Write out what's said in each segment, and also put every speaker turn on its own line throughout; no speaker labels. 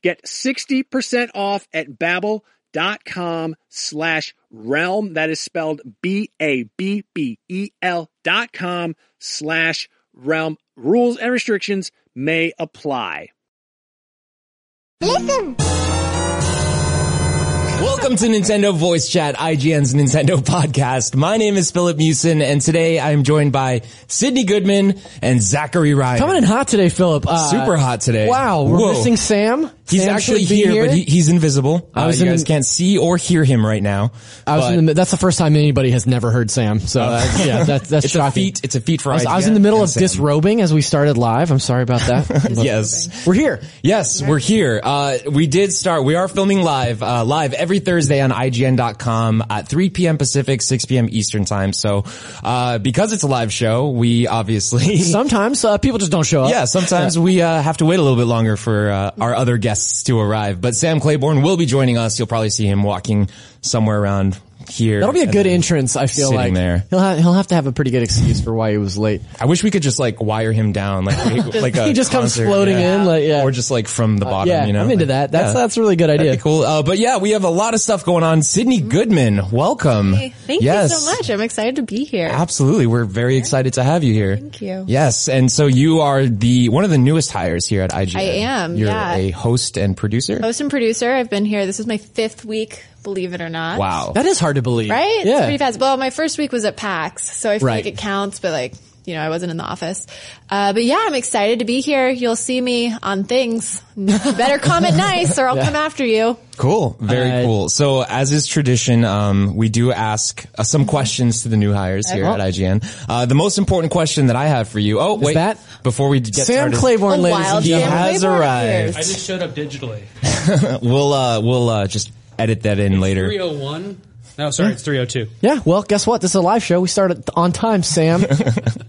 Get 60% off at babbel.com slash realm. That is spelled B-A-B-B-E-L E dot com slash realm. Rules and restrictions may apply.
Listen.
Welcome to Nintendo Voice Chat, IGN's Nintendo podcast. My name is Philip Mewson, and today I am joined by Sydney Goodman and Zachary Ryan.
Coming in hot today, Philip. Uh,
Super hot today.
Wow, we're
Whoa.
missing Sam.
He's
Sam
actually
should be
here, but he, he's invisible.
I
Uh,
was
you
in-
guys can't see or hear him right now.
I was
but
in the, mi- that's the first time anybody has never heard Sam. So that's, yeah, that's that's
it's a
shocking.
feat. It's a feat for
I was, I was
IGN
in the middle
and
of
Sam.
disrobing as we started live. I'm sorry about that. But
Yes.
we're here.
Yes, we're here. Uh, we did start. We are filming live, uh, live every Thursday on IGN.com at 3 p.m. Pacific, 6 p.m. Eastern time. So, uh, because it's a live show, we obviously
Sometimes uh, people just don't show up.
Yeah, sometimes we uh, have to wait a little bit longer for uh, our other guests to arrive. But Sam Claiborne will be joining us. You'll probably see him walking somewhere around here.
That'll be a
and
good
then
entrance. I feel
sitting
like
there.
he'll ha- he'll have to have a pretty good excuse for why he was late.
I wish we could just like wire him down, like like a
He just comes
concert,
floating
yeah.
in, like, yeah.
or just like from the bottom.
yeah,
you know,
I'm into
Like,
that. That's
yeah.
that's a really good idea.
That'd be cool. Uh, but yeah, we have a lot of stuff going on. Sydney Goodman, welcome.
Mm-hmm. Thank
Yes.
you so much. I'm excited to be here.
Absolutely. We're very excited to have you here. Thank
you.
Yes. And so you are the, one of the newest hires here at IGN.
I am,
You're
yeah.
a host and producer.
Host and producer. I've been here. This is my fifth week, believe it or not.
Wow.
That is hard to believe,
Right? It's
Yeah,
pretty fast. Well, my first week was at PAX, so I feel
Right.
like it counts, but like, you know, I wasn't in the office. Uh, but yeah, I'm excited to be here. You'll see me on things. Better comment nice or I'll come after you.
Cool. Very
Uh,
cool. So as is tradition, um, we do ask uh, some
Mm-hmm.
questions to the new hires here at IGN. Uh, the most important question that I have for you. Oh, wait.
that-
Before we get
Sam
started,
Claiborne,
A
ladies and
wild
gentlemen.
Sam
has
Claiborne
arrived.
I
appears.
just showed up digitally.
we'll, uh, we'll, uh, just edit that in later.
301. No, sorry, it's 302.
Yeah, well, guess what? This is a live show. We started on time, Sam.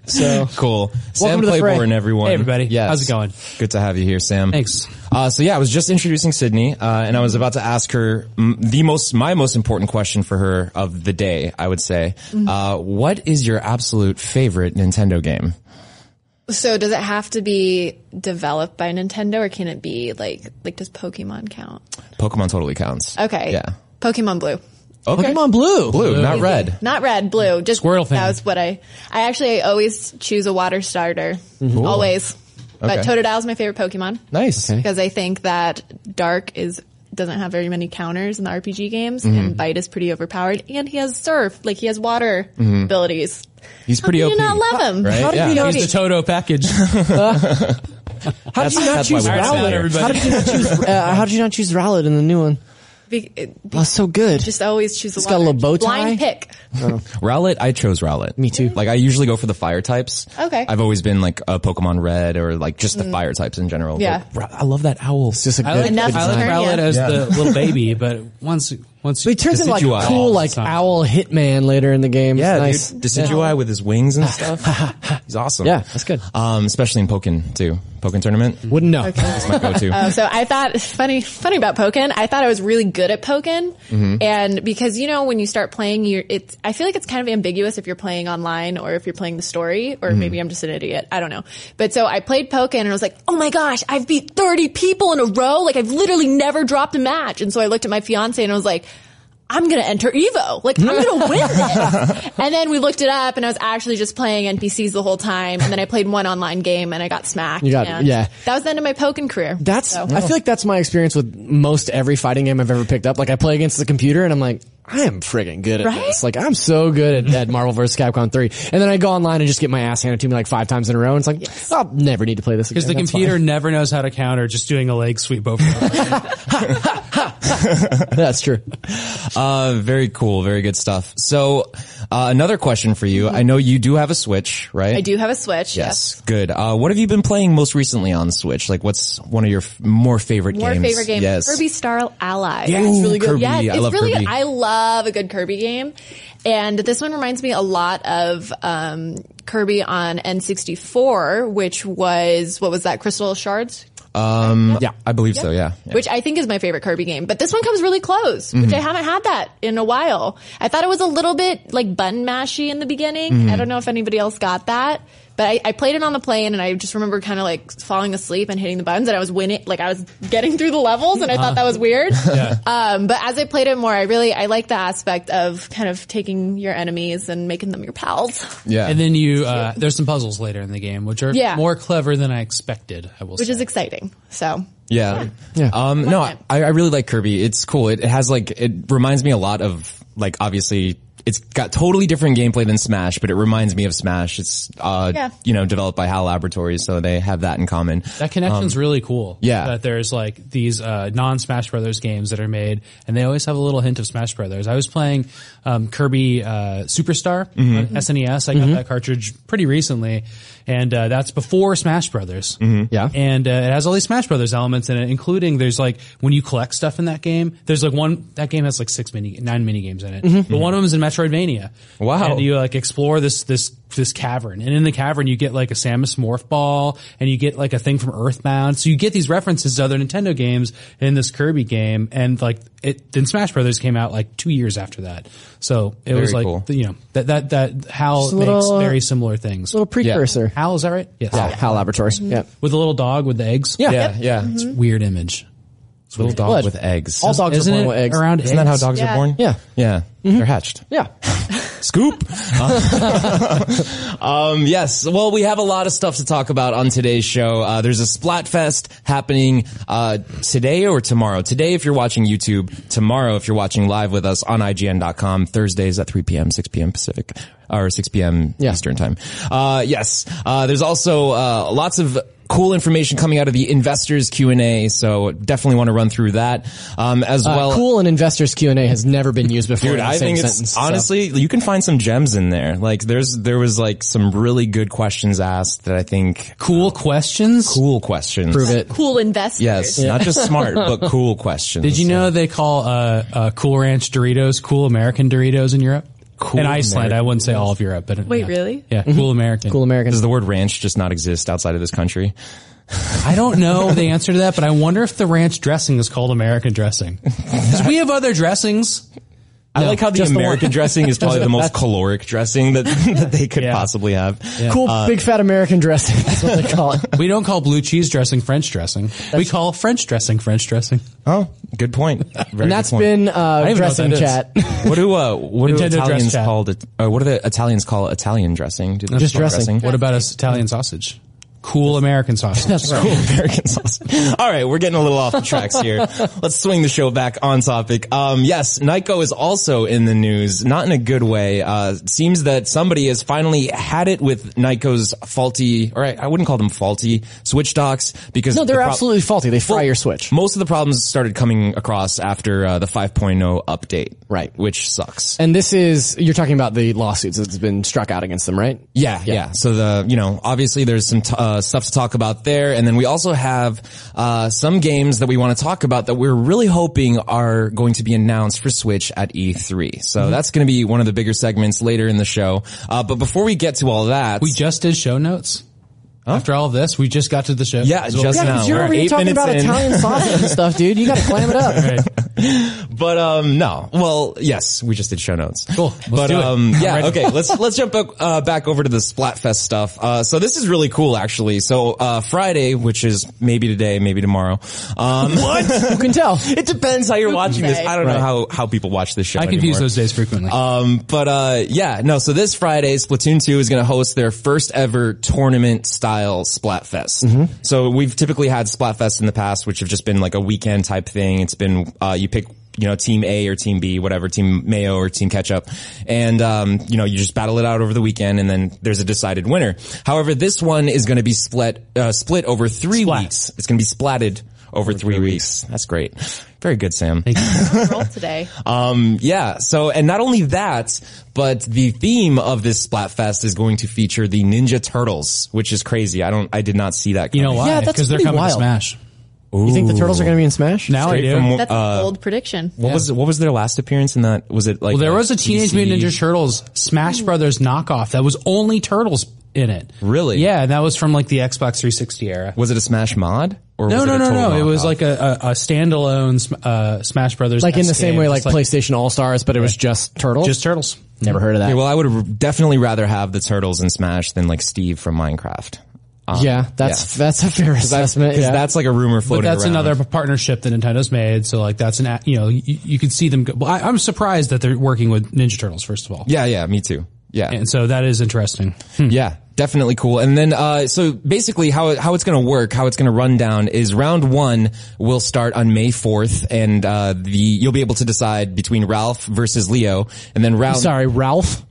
so
Cool. Sam
to the fray.
Claiborne, everyone.
Hey, everybody.
Yes.
How's it going?
Good to have you here, Sam.
Thanks.
Uh, so yeah, I was just introducing Sydney, uh, and I was about to ask her mm, the most, my most important question for her of the day, I would say.
Mm-hmm.
Uh, what is your absolute favorite Nintendo game?
So does it have to be developed by Nintendo or can it be like, like does Pokemon count?
Pokemon totally counts.
Okay.
Yeah.
Pokemon Blue.
Okay.
Pokemon Blue.
Blue, not red.
Not red, blue. Just
Squirtle fan.
That was what I. I actually always choose a water starter,
Mm-hmm.
always. But
Okay.
Totodile is my favorite Pokemon
Nice.
because I think that Dark is doesn't have very many counters in the RPG games,
Mm-hmm.
and Bite is pretty overpowered, and he has Surf, like he has water abilities.
He's pretty
How
OP.
do you not love him?
Right?
Mm-hmm. How did
Yeah.
you not-
He's the Toto package.
How did you not
that's why
choose
we were
Alright,
Rowlet?
everybody.
How did you not choose? Uh, how did you not choose Rowlet in the new one?
Be- it- be-
Oh, so good.
just always choose. It's
got a little bow tie?
Blind pick.
Rowlet, I chose Rowlet. Me
too.
Like I usually go for the fire types.
Okay. Mm.
I've always been like a Pokemon Red or like just the fire types in general.
Yeah.
Like, Row- I love that owl.
It's just a
I
good.
like, I
Enough
like
Eternia.
Rowlet as
Yeah.
the little baby, but once once
but he turns into like a
Decidueye.
cool like
Awesome.
owl hitman later in the game.
Yeah,
It's nice.
dude. Decidueye with his wings and stuff. He's awesome.
Yeah, that's good.
Um, especially in Pokken too. Pokken tournament.
Wouldn't know.
That's my go-to.
Um, so I thought funny funny about Pokken. I thought I was really good at Pokken,
Mm-hmm.
and because you know when you start playing, you it's I feel like it's kind of ambiguous if you're playing online or if you're playing the story,
Mm-hmm.
or maybe I'm just an idiot. I don't know. But so I played Pokken and I was like, oh my gosh, I've beat 30 people in a row. Like I've literally never dropped a match. And so I looked at my fiance and I was like. I'm gonna enter Evo. Like I'm gonna win this. and then we looked it up, and I was actually just playing NPCs the whole time. And then I played one online game, and I got smacked.
You got-
and
yeah.
that was the end of my Pokken career.
That's
So-
I feel like that's my experience with most every fighting game I've ever picked up. Like I play against the computer and I'm like, I am friggin' good at
Right?
this. Like I'm so good at, at Marvel vs. Capcom 3. And then I go online and just get my ass handed to me like five times in a row. And it's like, I'll never need to play this again.
because the
That's
computer never knows how to counter just doing a leg sweep over.
fine. That's true.
Uh, very cool. Very good stuff. So, uh, another question for you. I know you do have a Switch, right?
Mm-hmm. I do have a Switch.
Yes. Good. Uh, what have you been playing most recently on Switch? Like, what's one of your f- more favorite
More
games?
favorite game,
Yes.
Kirby Star Ally.
Yeah, it's really good. Kirby.
Yeah,
I
it's
love
really.
Kirby.
I love a good Kirby game, and this one reminds me a lot of um, Kirby on N64, which was what was that Crystal Shards,
Um, yeah, I believe so. Yeah. Yeah.
which I think is my favorite Kirby game. But this one comes really close, which I haven't had that in a while. I thought it was a little bit like button mashy in the beginning. I don't know if anybody else got that. But I, I played it on the plane and I just remember kind of like falling asleep and hitting the buttons and I was winning, like I was getting through the levels and I thought that was weird. Um, but as I played it more, I really, I like the aspect of kind of taking your enemies and making them your pals,
Yeah.
And then you, uh, there's some puzzles later in the game, which are
Yeah.
more clever than I expected. I will
which
say.
is exciting. So
Yeah. Um, no, I, I really like Kirby. It's cool. It, it has like, it reminds me a lot of like, obviously, it's got totally different gameplay than Smash, but it reminds me of Smash. It's, uh,
Yeah.
you know, developed by HAL Laboratories, so they have that in common.
That connection's really cool.
yeah.
That there's like these uh, non Smash Brothers games that are made, and they always have a little hint of Smash Brothers. I was playing um, Kirby uh, Superstar on SNES. I got that cartridge pretty recently, and uh, that's before Smash Brothers.
Yeah.
And uh, it has all these Smash Brothers elements in it, including there's like when you collect stuff in that game. There's like one that game has like six mini, nine mini games in it, but one of them is in Metroidvania.
Mm-hmm. Wow.
And you like explore this this this cavern, and in the cavern you get like a Samus morph ball, and you get like a thing from Earthbound. So you get these references to other Nintendo games in this Kirby game, and like it. Then Smash Brothers came out like two years after that, so it was like
cool.
you know that that that Hal
Just a
makes
little, uh,
very similar things.
Little precursor.
Hal is that right? Yes.
Yeah. HAL Laboratories. Yeah.
With the little dog with the eggs.
Yeah.
Yeah. Mm-hmm. Yeah. It's
Weird image.
little dog
Blood.
with eggs.
All dogs
Isn't
are born
it
with eggs.
around
Isn't that how
eggs?
dogs
Yeah.
are born?
Yeah.
Yeah. They're hatched.
Yeah.
Scoop. um, yes. Well, we have a lot of stuff to talk about on today's show. Uh, there's a Splatfest happening uh, today or tomorrow. Today, if you're watching YouTube. Tomorrow, if you're watching live with us on IGN.com. Thursdays at 3 p.m., 6 p.m. Pacific or 6 p.m.
Yeah.
Eastern time. Uh, yes. Uh, there's also uh, lots of cool information coming out of the investors Q&A. So definitely want to run through that um, as
Uh,
well.
cool and investors Q and A has never been used before.
Dude,
in the
I
same
think it's
sentence, so.
honestly you can find some gems in there. Like there's there was like some really good questions asked that I think
Cool questions.
cool questions.
prove it.
Cool investors.
Yes, not just smart but cool questions.
Did you know they call uh, uh, Cool Ranch Doritos Cool American Doritos in Europe?
Cool Mm-hmm.
in Iceland, I wouldn't say all of Europe, but
Wait,
yeah.
really?
Yeah, Cool American.
Cool Americans.
Does the word ranch just not exist outside of this country?
I don't know the answer to that, but I wonder if the ranch dressing is called American dressing. 'Cause we have other dressings.
I like how the
just the
American dressing is probably the most caloric dressing that, that they could
Yeah.
possibly have.
Cool big fat American dressing. That's what they call it.
We don't call blue cheese dressing French dressing. We call French dressing French dressing.
Oh, good point. Very good
And that's
point.
been uh,
even know what
dressing
that is.
chat.
what do uh, what do
Nintendo dress
Italians
chat.
call it? Uh, what do the Italians call Italian dressing? Do they
Just
call it
dressing.
What about us Italian sausage? Cool American sausage.
Cool American sausage. All right, we're getting a little off the tracks here. Let's swing the show back on topic. Um, yes, Nyko is also in the news, not in a good way. Uh, seems that somebody has finally had it with Nyko's faulty, or I, I wouldn't call them faulty switch docks because
No, they're
the prob-
absolutely faulty. They fry
Well,
your switch.
Most of the problems started coming across after uh, the 5.0 update,
Right.
Which sucks.
And this is you're talking about the lawsuits that's been struck out against them, right?
Yeah, yeah, So the, you know, obviously there's some t- uh, stuff to talk about there. And then we also have, uh, some games that we want to talk about that we're really hoping are going to be announced for Switch at E3. So that's going to be one of the bigger segments later in the show. Uh, but before we get to all that,
We just did show notes. After all of this, we just got to the show.
yeah, just
Yeah,
now.
because you're
We're
over here
eight
talking
minutes
about
in.
Italian sausage and stuff, dude. You got to clam it up.
But um no. Well, yes, we just did show notes.
Cool. Let's
but
do it.
um
I'm
yeah,
ready.
okay. Let's let's jump back, uh, back over to the Splatfest stuff. Uh so this is really cool actually. So uh Friday, which is maybe today, maybe tomorrow. Um
You can tell.
It depends how you're watching this. I don't know how how people watch this show.
I confuse
anymore.
those days frequently.
Um, but uh, yeah, no. So this Friday, Splatoon Two is going to host their first ever tournament style Splatfest. So we've typically had Splatfest in the past, which have just been like a weekend type thing. It's been uh, you pick. You know, team A or team B, whatever, team mayo or team ketchup. And, um, you know, you just battle it out over the weekend and then there's a decided winner. However, this one is going to be split, uh, split over three
Splat.
weeks. It's going to be splatted over, three, weeks. That's great. Very good, Sam.
Roll today.
Um, yeah. So, and not only that, but the theme of this Splatfest is going to feature the Ninja Turtles, which is crazy. I don't, I did not see that.
you know
coming.
why?
Yeah, that's
Because they're
pretty
coming to
wild.
Smash.
You think the turtles are going to be in Smash?
Now I
Straight
do.
from,
That's
uh,
an old prediction.
what was what was their last appearance in that? Was it like
Well, there was a Teenage
DC?
Mutant Ninja Turtles Smash Brothers knockoff that was only turtles in it.
Really?
Yeah, and that was from like the Xbox 360 era.
Was it a Smash mod? Or
No,
was
no,
it a
no,
total
no. It was
knockoff?
like a, a, a standalone sm- uh, Smash Brothers,
Like in the
esque
same
game,
way, like,
just
PlayStation All Stars, but it was just turtles.
just turtles.
never heard of that.
Okay, well, I would r- definitely rather have the turtles in Smash than like Steve from Minecraft.
yeah, that's that's a fair assessment.
Because
yeah.
that's like a rumor floating
But that's
around.
another partnership that Nintendo's made. So like that's an a- you know you, you can see them. Go, well, I, I'm surprised that they're working with Ninja Turtles first of all.
Yeah, yeah, me too. Yeah.
And so that is interesting.
Mm-hmm.
Yeah, definitely cool. And then, uh, so basically how, it- how it's going to work, how it's going to run down is round one will start on May 4th and, uh, the, you'll be able to decide between Ralph versus Leo and then round,
Sorry, Ralph.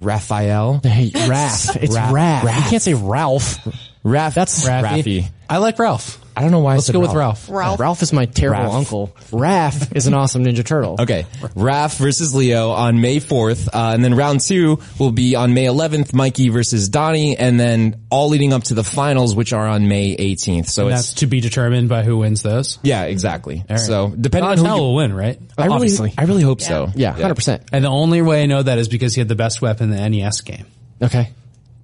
Raphael.
Hey, Raph. It's
Raph.
Raph. You can't say Ralph.
Raph.
That's-
Raphy.
I like Ralph.
I don't know why
Let's
I said
go with Ralph.
Ralph.
Ralph is my terrible
Raph.
uncle. Raph is an awesome Ninja Turtle.
Okay. Raph versus Leo on May 4th. Uh, and then round two will be on May 11th, Mikey versus Donnie. And then all leading up to the finals, which are on May 18th. So
And
it's,
that's to be determined by who wins those.
yeah, exactly. So depending on who
Donatello
you-
will win, right?
I really,
Obviously. I really hope so.
yeah, hundred percent.
And the only way I know that is because he had the best weapon in the NES game.
Okay,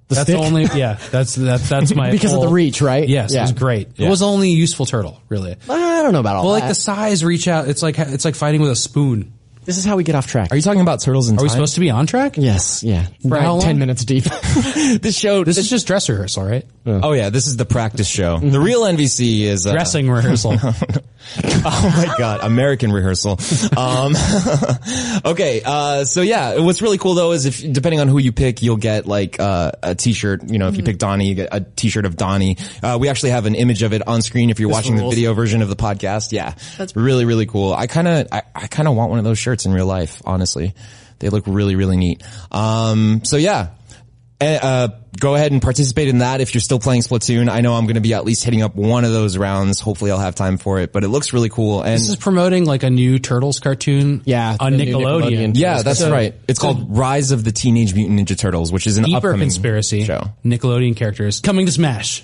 the
That's
stick?
the only, yeah, that's, that's, that's my,
because of the
whole-
reach, right?
Yes,
Yeah.
it was great. It was the only useful turtle, really.
I don't know about all
Well, like
that.
the size reach out, it's like, it's like fighting with a spoon.
This is how we get off track.
Are you talking about turtles and
Are we supposed to be on track?
yes, yeah. We're
how
like
long?
ten minutes deep.
this show?
This is just dress rehearsal, right?
oh yeah, Mm-hmm. this is the practice show. The real NVC is uh,
Dressing rehearsal.
oh my god, American rehearsal. Um, okay, uh, so yeah, what's really cool though is if depending on who you pick, you'll get like uh, a T-shirt. You know, if you pick Donnie, you get a T-shirt of Donnie. Uh, we actually have an image of it on screen if you're watching the
rules.
video version of the podcast. Yeah, that's really really cool. I kind of I, I kind of want one of those shirts in real life, honestly. They look really really neat. Um, so yeah, and, uh, go ahead and participate in that if you're still playing Splatoon. I know I'm going to be at least hitting up one of those rounds. Hopefully, I'll have time for it, but it looks really cool. And
this is promoting like a new Turtles cartoon.
Yeah,
on
the new
Nickelodeon.
Nickelodeon.
yeah, that's right. It's called Rise of the Teenage Mutant Ninja Turtles, which is an
Deeper
upcoming
conspiracy.
show,
Nickelodeon characters coming to Smash.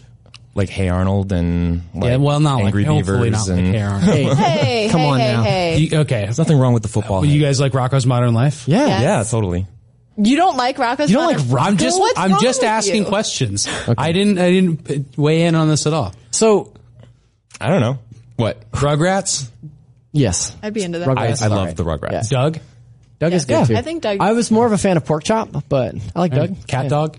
like Hey Arnold and like
yeah, well, not
Angry
like hopefully
Beavers
not like
and
Hey Arnold.
Hey,
Come
hey,
on
hey,
now.
hey. You,
You- okay,
There's nothing wrong with the football.
you
head.
guys like Rocco's Modern Life?
yeah.
yeah, totally.
don't like Rocco's? You
I'm just I'm just asking questions. I didn't I didn't weigh in on this at all.
So
I don't know what
Rugrats,
yes,
I'd be into that.
I, I love
Alright.
the Rugrats.
Yeah.
Doug,
Doug is good
Yeah.
too.
I think Doug-
I was more of a fan of pork chop, but I like Doug.
Cat
Yeah.
Dog.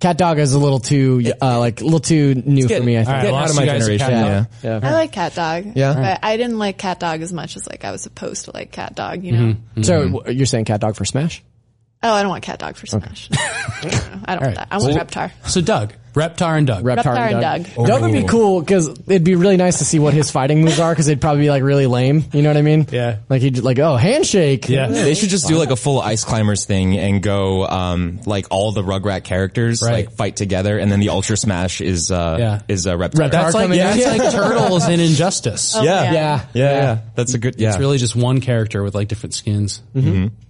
Cat dog is a little too uh, like a little too new for
Get-
me. I think.
Alright,
get
lost
out of
you
my
guys at
generation.
Cat Dog.
Yeah.
I like Cat Dog.
Yeah.
but I didn't like Cat Dog as much as like I was supposed to like Cat Dog. You know?
Mm-hmm.
So w- you're saying cat dog for Smash?
Oh, I don't want Cat Dog for Smash. I don't, know. I don't want that. I want Reptar.
So Doug, Reptar, and Doug.
Reptar,
Reptar and Doug.
Doug. would be cool because it'd be really nice to see what his fighting moves are because it'd probably be like really lame. You know what I mean?
Yeah.
Like he'd like oh handshake.
Yeah.
They should just do like a full Ice Climbers thing and go um like all the Rugrat characters
Right.
like fight together, and then the Ultra Smash is uh
Yeah.
is a reptile.
that's like
coming
that's
in.
like Turtles and Injustice.
yeah.
yeah.
Yeah.
Yeah.
Oh, yeah, That's a good. Yeah,
It's really just one character with like different skins.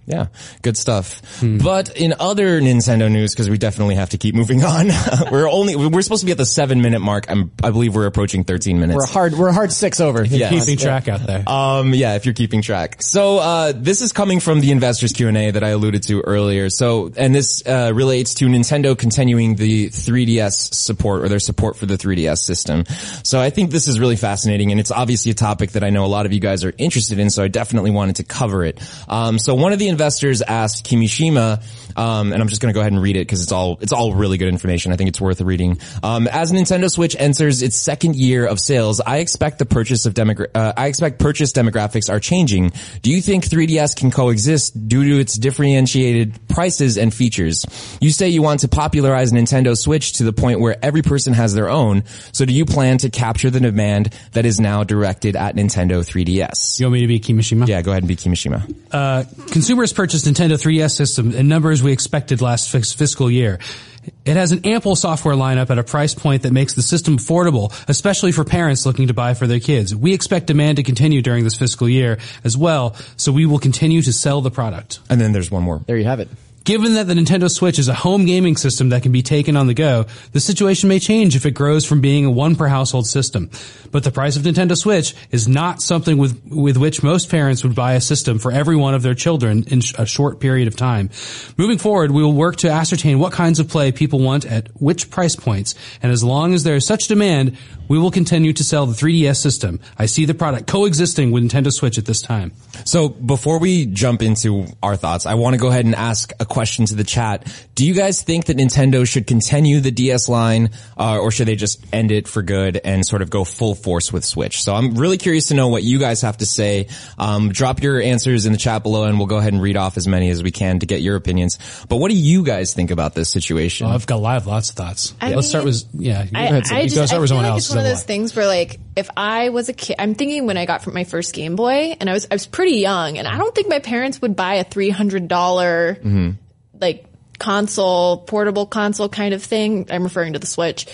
yeah, good stuff. But in other Nintendo news, because we definitely have to keep moving on. we're only we're supposed to be at the seven minute mark. I'm, I believe we're approaching thirteen minutes.
We're a hard. We're a hard six over.
Yeah.
Keeping track out there.
Um, yeah, if you're keeping track. So, uh, this is coming from the investors Q and A that I alluded to earlier. So, and this, uh, relates to Nintendo continuing the 3DS support or their support for the 3DS system. So I think this is really fascinating and it's obviously a topic that I know a lot of you guys are interested in. So I definitely wanted to cover it. Um, so one of the investors asked Kimishima, um, and I'm just going to go ahead and read it because it's all, it's all really good information. I think it's worth reading. Um, as Nintendo Switch enters its second year of sales, I expect the purchase of demogra- uh, I expect purchase demographics are changing. Do you think 3DS can coexist due to its differentiated prices and features? You say you want to popularize Nintendo Switch to the point where every person has their own. So do you plan to capture the demand that is now directed at Nintendo 3DS?
you want me to be Kimishima?
Yeah, go ahead and be Kimishima.
Consumers purchased Nintendo 3DS system in numbers we expected last fis- fiscal year. It has an ample software lineup at a price point that makes the system affordable, especially for parents looking to buy for their kids. We expect demand to continue during this fiscal year as well, so we will continue to sell the product.
And then there's one more.
There you have it.
Given that the Nintendo Switch is a home gaming system that can be taken on the go, the situation may change if it grows from being a one per household system. But the price of Nintendo Switch is not something with, with which most parents would buy a system for every one of their children in sh- a short period of time. Moving forward, we will work to ascertain what kinds of play people want at which price points, and as long as there is such demand, we will continue to sell the 3DS system. I see the product coexisting with Nintendo Switch at this time.
So before we jump into our thoughts, I want to go ahead and ask a question to the chat. Do you guys think that Nintendo should continue the DS line, uh, or should they just end it for good and sort of go full force with Switch? So I'm really curious to know what you guys have to say. Um, drop your answers in the chat below, and we'll go ahead and read off as many as we can to get your opinions. But what do you guys think about this situation?
I've got live lots of thoughts.
I
Let's
mean,
start with yeah. you
I,
go ahead, Sophie.
I
You
just,
go
I
start
feel
with someone
like
else.
it's one of
then
those things where like, if I was a kid, I'm thinking when I got my first Game Boy and I was, I was pretty young and I don't think my parents would buy a $300 dollars like console, portable console kind of thing. I'm referring to the Switch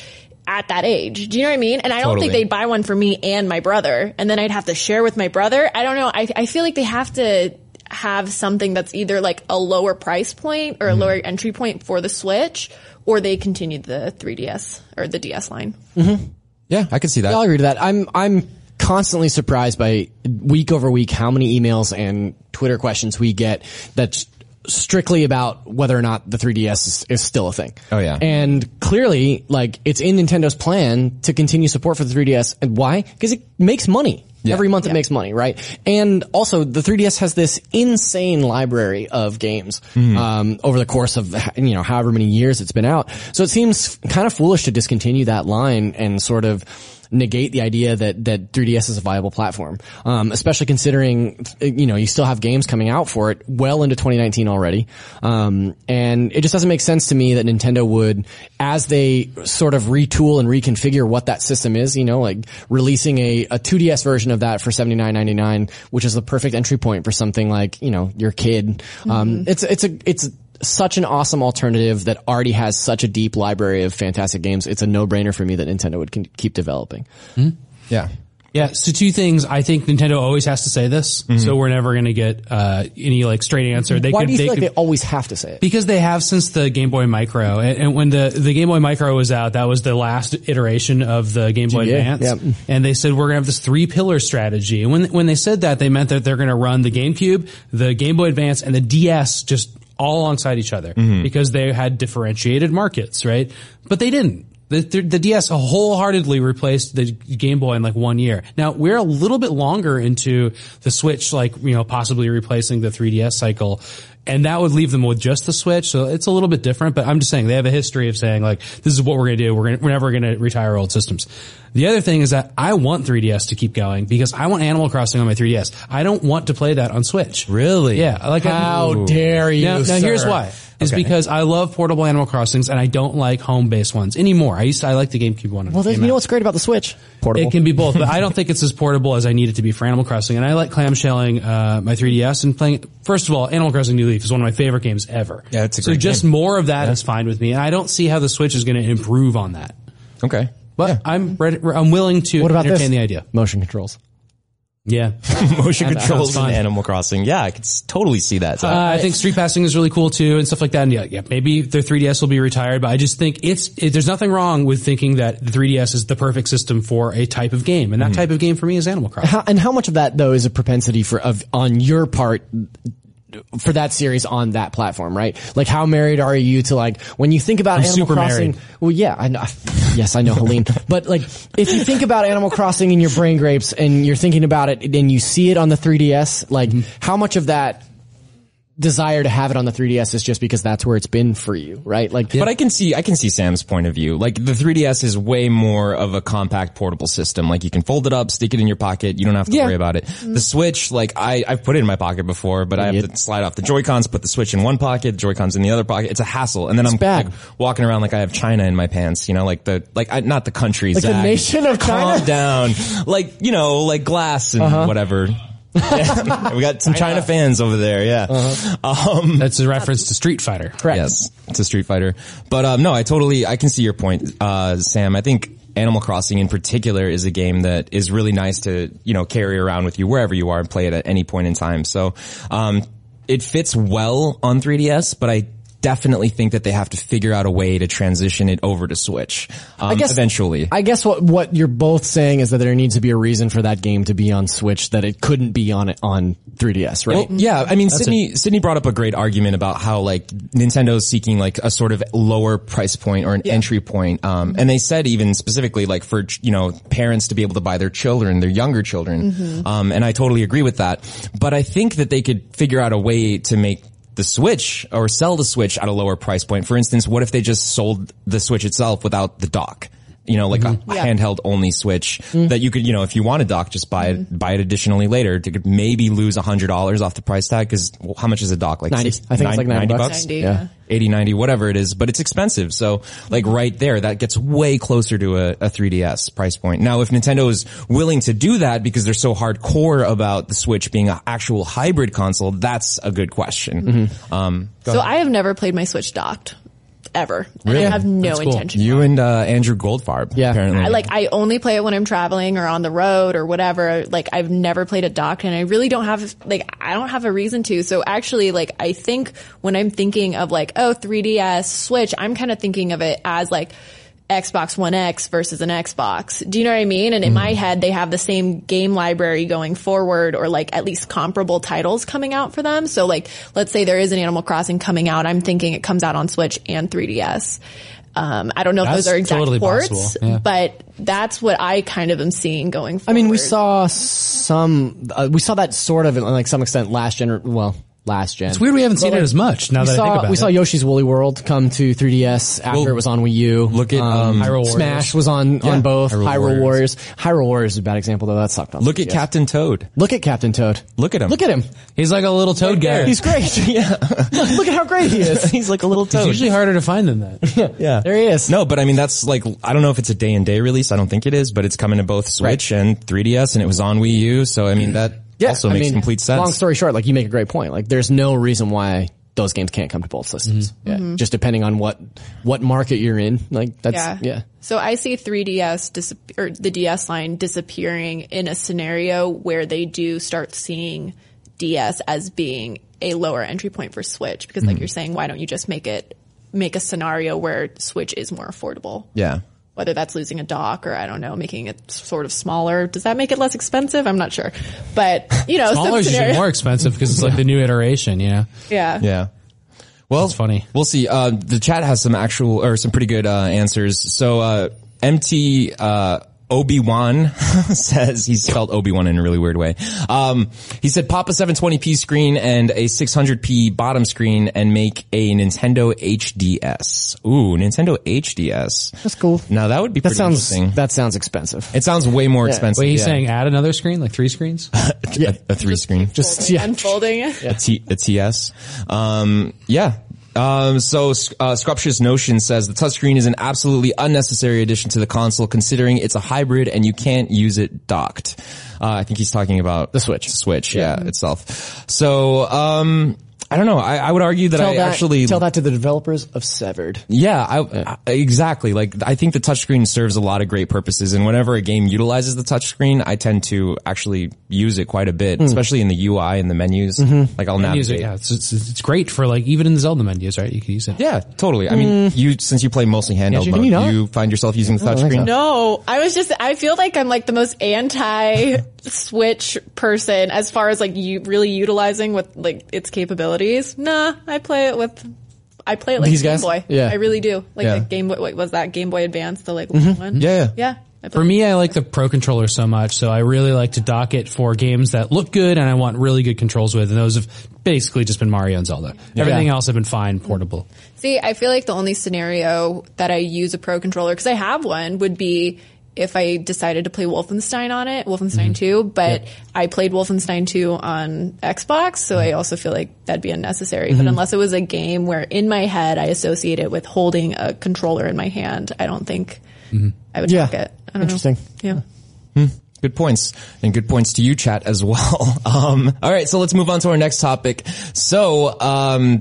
at that age. Do you know what I mean? And I don't think
Totally.
they'd buy one for me and my brother. And then I'd have to share with my brother. I don't know. I, I feel like they have to have something that's either like a lower price point or a
Mm-hmm.
lower entry point for the Switch or they continue the 3DS or the DS line.
yeah, I can see that.
I'll agree to that. I'm I'm constantly surprised by week over week how many emails and Twitter questions we get that's strictly about whether or not the 3DS is, is still a thing.
Oh, yeah.
And clearly, like, it's in Nintendo's plan to continue support for the 3DS. And why? Because it makes money. Every month it makes money, right? And also the 3DS has this insane library of games,
Mm-hmm.
um, over the course of, you know, however many years it's been out. So it seems kind of foolish to discontinue that line and sort of negate the idea that, that 3DS is a viable platform. Um, especially considering, you know, you still have games coming out for it well into 2019 already. Um, and it just doesn't make sense to me that Nintendo would, as they sort of retool and reconfigure what that system is, you know, like releasing a, a 2DS version of that for 79.99, which is the perfect entry point for something like, you know, your kid. Um, it's, it's a, it's, such an awesome alternative that already has such a deep library of fantastic games. It's a no-brainer for me that Nintendo would con- keep developing.
Yeah.
Yeah. So two things. I think Nintendo always has to say this, so we're never going to get uh, any like straight answer. They
Mm-hmm. Why
could,
do you
they
feel like
could,
they always have to say it?
because they have since the Game Boy Micro, and, and when the the Game Boy Micro was out, that was the last iteration of the Game Boy
GBA,
Advance,
yep.
and they said we're gonna have this three pillar strategy. And when when they said that, they meant that they're gonna run the GameCube, the Game Boy Advance, and the DS just all alongside each other because they had differentiated markets, right? But they didn't. The, the, the DS wholeheartedly replaced the Game Boy in like one year. Now we're a little bit longer into the Switch, like, you know, possibly replacing the 3DS cycle. And that would leave them with just the Switch. So it's a little bit different, but I'm just saying they have a history of saying like, this is what we're going to do. We're, gonna, we're never going to retire old systems. The other thing is that I want 3DS to keep going because I want Animal Crossing on my 3DS. I don't want to play that on Switch.
Really?
Yeah. Like
How
I,
dare you,
Now, now
sir.
here's why. Is because I love portable Animal Crossings and I don't like home based ones anymore. I used to, I like the GameCube one. when
Well,
it
then,
came
you know
out.
what's great about the Switch? Portable.
It can be both, but I don't think it's as portable as I need it to be for Animal Crossing. And I like clamshelling uh, my 3DS and playing. First of all, Animal Crossing New Leaf is one of my favorite games ever.
Yeah, it's a
so
great
just
game.
more of that is fine with me. And I don't see how the Switch is going to improve on that.
Okay.
But I'm ready, I'm willing to
what about
entertain
this?
the idea.
Motion controls.
Yeah,
Motion controls in
fun.
Animal Crossing. Yeah, I could s- totally see that. So.
Uh, I think street passing is really cool too, and stuff like that. And yeah, yeah, maybe their 3DS will be retired, but I just think it's it, there's nothing wrong with thinking that the 3DS is the perfect system for a type of game, and that type of game for me is Animal Crossing.
How, and how much of that though is a propensity for of on your part for that series on that platform, right? Like how married are you to like when you think about Animal
super
Crossing?
married.
Well, yeah, I know. Yes, I know, Helene. But like, if you think about Animal Crossing in your brain grapes and you're thinking about it and you see it on the 3DS,
Mm-hmm.
like how much of that desire to have it on the 3DS is just because that's where it's been for you, right? Like,
But I can see I can see Sam's point of view. Like the 3DS is way more of a compact portable system. Like you can fold it up, stick it in your pocket. You don't have to
Yeah. Mm-hmm.
worry about it. The Switch, like I I've put it in my pocket before, but I have
Idiot.
to slide off the Joy Cons, put the Switch in one pocket, the Joy Cons in the other pocket. It's a hassle, and then I'm
bad.
like, walking around like I have China in my pants. You know, like the like I, not the country,
the
Zach.
nation of
Calm
China? Uh-huh.
down, like you know, like glass and whatever. we got some China fans over there. Yeah.
Uh-huh.
Um,
That's a reference to Street Fighter. Correct.
Yes, it's a Street Fighter. But um, no, I totally I can see your point, uh, Sam. I think Animal Crossing in particular is a game that is really nice to you know carry around with you wherever you are and play it at any point in time. So um, it fits well on 3DS, but I definitely think that they have to figure out a way to transition it over to Switch um,
guess-
eventually.
I guess what what you're both saying is that there needs to be a reason for that game to be on Switch that it couldn't be on it on 3DS,
Well,
right?
yeah, I mean, Sydney Sydney brought up a great argument about how like Nintendo's seeking like a sort of lower price point or an entry point. Um, and they said even specifically like for you know parents to be able to buy their children, their younger children. Um, and I totally agree with that. But I think that they could figure out a way to make the Switch or sell the Switch at a lower price point. For instance, what if they just sold the Switch itself without the dock? You know, like a handheld only Switch that you could, you know, if you want a dock, just buy it, buy it additionally later. You could maybe lose a hundred dollars off the price tag because how much is a dock? Like
90.
six-
I think it's like 90 bucks.
90, yeah.
80, 90, whatever it is, but it's expensive. So like right there, that gets way closer to a, a 3DS price point. Now, if Nintendo is willing to do that because they're so hardcore about the Switch being an actual hybrid console, that's a good question.
Mm-hmm.
Um, go
So
ahead.
I have never played my Switch docked ever. And I have no intention.
you and uh, Andrew Goldfarb,
Yeah.
apparently.
I, like I only play it when I'm traveling or on the road or whatever. Like I've never played it docked and I really don't have like I don't have a reason to. So actually like I think when I'm thinking of like oh 3DS Switch, I'm kind of thinking of it as like Xbox One X versus an Xbox. Do you know what I mean? And in
Mm.
my head, they have the same game library going forward or like at least comparable titles coming out for them. So like, let's say there is an Animal Crossing coming out. I'm thinking it comes out on Switch and 3DS. Um, I don't know if
That's
those are exact
totally
ports,
possible, yeah.
but that's what I kind of am seeing going forward.
I mean, we saw some, uh, we saw that sort of, like some extent, last gen. Well, last gen.
It's weird we haven't seen it as much now
We
that I think
saw
about
we
it.
saw Yoshi's Woolly World come to 3DS after
Well,
it was on Wii U.
look at, um,
Hyrule Warriors.
Smash was on on both
Hyrule
Hyrule,
Warriors.
Warriors. Hyrule Warriors is a bad example though. That sucked. On
Look at
3DS.
Captain Toad.
Look at Captain Toad.
Look at him.
Look at him.
He's like a little toad guy.
He's great. yeah. Look, look at how great he is. He's like a little
It's
toad.
usually harder to find than that.
Yeah.
There he is.
No, but I mean, that's like, I don't know if it's a day and day release. I don't think it is, but it's coming to both Switch and 3DS and it was on Wii U. So I mean, that also
I
makes
mean,
complete sense.
Long story short, like you make a great point. Like there's no reason why those games can't come to both systems.
Mm-hmm.
Yeah. Just depending on what what market you're in. Like that's
Yeah.
yeah.
So I see 3DS dis- or the DS line disappearing in a scenario where they do start seeing DS as being a lower entry point for Switch because like you're saying why don't you just make it make a scenario where Switch is more affordable?
Yeah.
Whether that's losing a dock or I don't know, making it sort of smaller. Does that make it less expensive? I'm not sure. But, you know, some
Smaller is usually
scenario-
more expensive because it's like the new iteration, you know?
Yeah.
Yeah. Well,
That's funny.
We'll see. Uh, the chat has some actual or some pretty good uh, answers. So uh, MT uh, Obi Wan says he spelled Obi Wan in a really weird way. Um, he said pop a 720p screen and a 600p bottom screen and make a Nintendo HDS. Ooh, Nintendo HDS. That's
cool.
Now that would be
That
pretty
sounds
interesting.
that sounds expensive.
it sounds way more expensive.
Wait, he's
yeah.
saying add another screen, like three screens?
a, a three screen.
Just yeah.
Unfolding it.
a, T, a TS. Um, yeah. Um, so, uh, Scruptious Notion says the touchscreen is an absolutely unnecessary addition to the console considering it's a hybrid and you can't use it docked. Uh, I think he's talking about the Switch. Switch, yeah, itself. So, um, I don't know. I, I would argue that
Tell
I
that,
actually
tell that to the developers of Severed.
yeah, I, I- exactly. Like I think the touchscreen serves a lot of great purposes, and whenever a game utilizes the touchscreen, I tend to actually use it quite a bit,
Hmm.
especially in the UI and the menus.
Mm-hmm.
Like I'll
Use
navigate.
it, yeah. It's, it's, it's great for like, even in the Zelda menus, right? You can use it.
yeah. totally. I mean, you since you play mostly handheld
Mm. you- can
mode,
you
you,
not?
find yourself using the touchscreen.
No, I was just, I feel like I'm like the most anti Switch person as far as like you really utilizing with like its capabilities. Nah, I play it with, I play it like
These
Game
guys?
Boy.
Yeah.
I really do. Like
Yeah.
the Game Boy, wait, was that Game Boy Advance, the like little one?
Yeah.
Yeah. I play-
For me, I like the Pro Controller so much, so I really like to dock it for games that look good and I want really good controls with, and those have basically just been Mario and Zelda. Everything else have been fine portable.
See, I feel like the only scenario that I use a pro controller because I have one would be if I decided to play Wolfenstein on it, Wolfenstein 2, but I played Wolfenstein 2 on Xbox, so I also feel like that'd be unnecessary. But unless it was a game where in my head I associate it with holding a controller in my hand, I don't think I would
Yeah.
yeah. it. I don't
Interesting.
Know. Yeah.
Good points and good points to you chat as well. Um, all right. So let's move on to our next topic. So, um,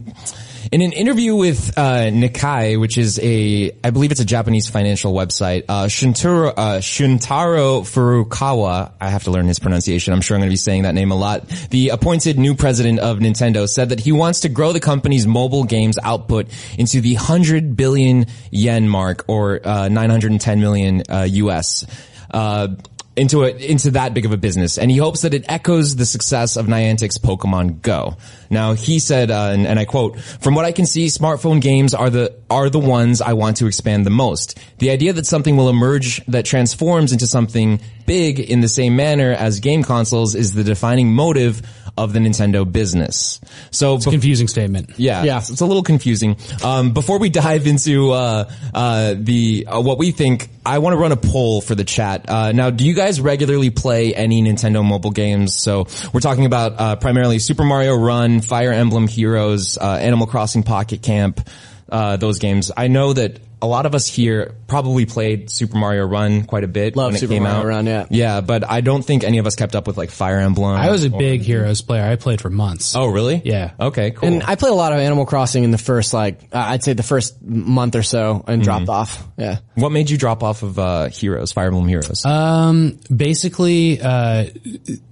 in an interview with, uh, Nikkei, which is a, I believe it's a Japanese financial website, uh, Shuntaro, uh, Shuntaro Furukawa, I have to learn his pronunciation. I'm sure I'm going to be saying that name a lot. The appointed new president of Nintendo said that he wants to grow the company's mobile games output into the 100 billion yen mark or, uh, 910 million, uh, US. Uh, into a, into that big of a business, and he hopes that it echoes the success of Niantic's Pokemon Go. Now he said, uh, and, and I quote: "From what I can see, smartphone games are the are the ones I want to expand the most. The idea that something will emerge that transforms into something big in the same manner as game consoles is the defining motive of the Nintendo business." So bef-
Confusing statement.
yeah,
Yeah.
It's, it's a little confusing. Um, before we dive into uh, uh, the uh, what we think, I want to run a poll for the chat. Uh, now, do you guys regularly play any Nintendo mobile games? So we're talking about uh, primarily Super Mario Run, Fire Emblem Heroes, uh, Animal Crossing Pocket Camp, uh, those games. I know that a lot of us here probably played Super Mario Run quite a bit
Love
when it
Super
came
Mario
out.
Run, yeah.
yeah, but I don't think any of us kept up with like Fire Emblem.
I was a big Heroes player. I played for months.
Oh, really?
Yeah.
Okay. Cool.
And I played a lot of Animal Crossing in the first like uh, I'd say the first month or so
Mm-hmm.
and dropped off. Yeah.
What made you drop off of uh, Heroes, Fire Emblem Heroes?
Um, basically, uh,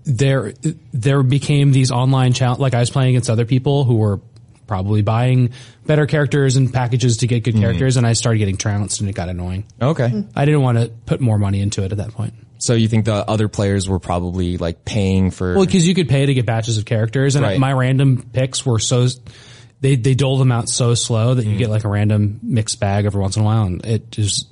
there there became these online challenge. Like I was playing against other people who were probably buying better characters and packages to get good
Mm-hmm.
characters, and I started getting trounced, and it got annoying.
Okay.
I didn't want to put more money into it at that point.
So you think the other players were probably like paying for?
Well, because you could pay to get batches of characters, and
Right.
my random picks were so they they dole them out so slow that you
Mm.
get like a random mixed bag every once in a while, and it just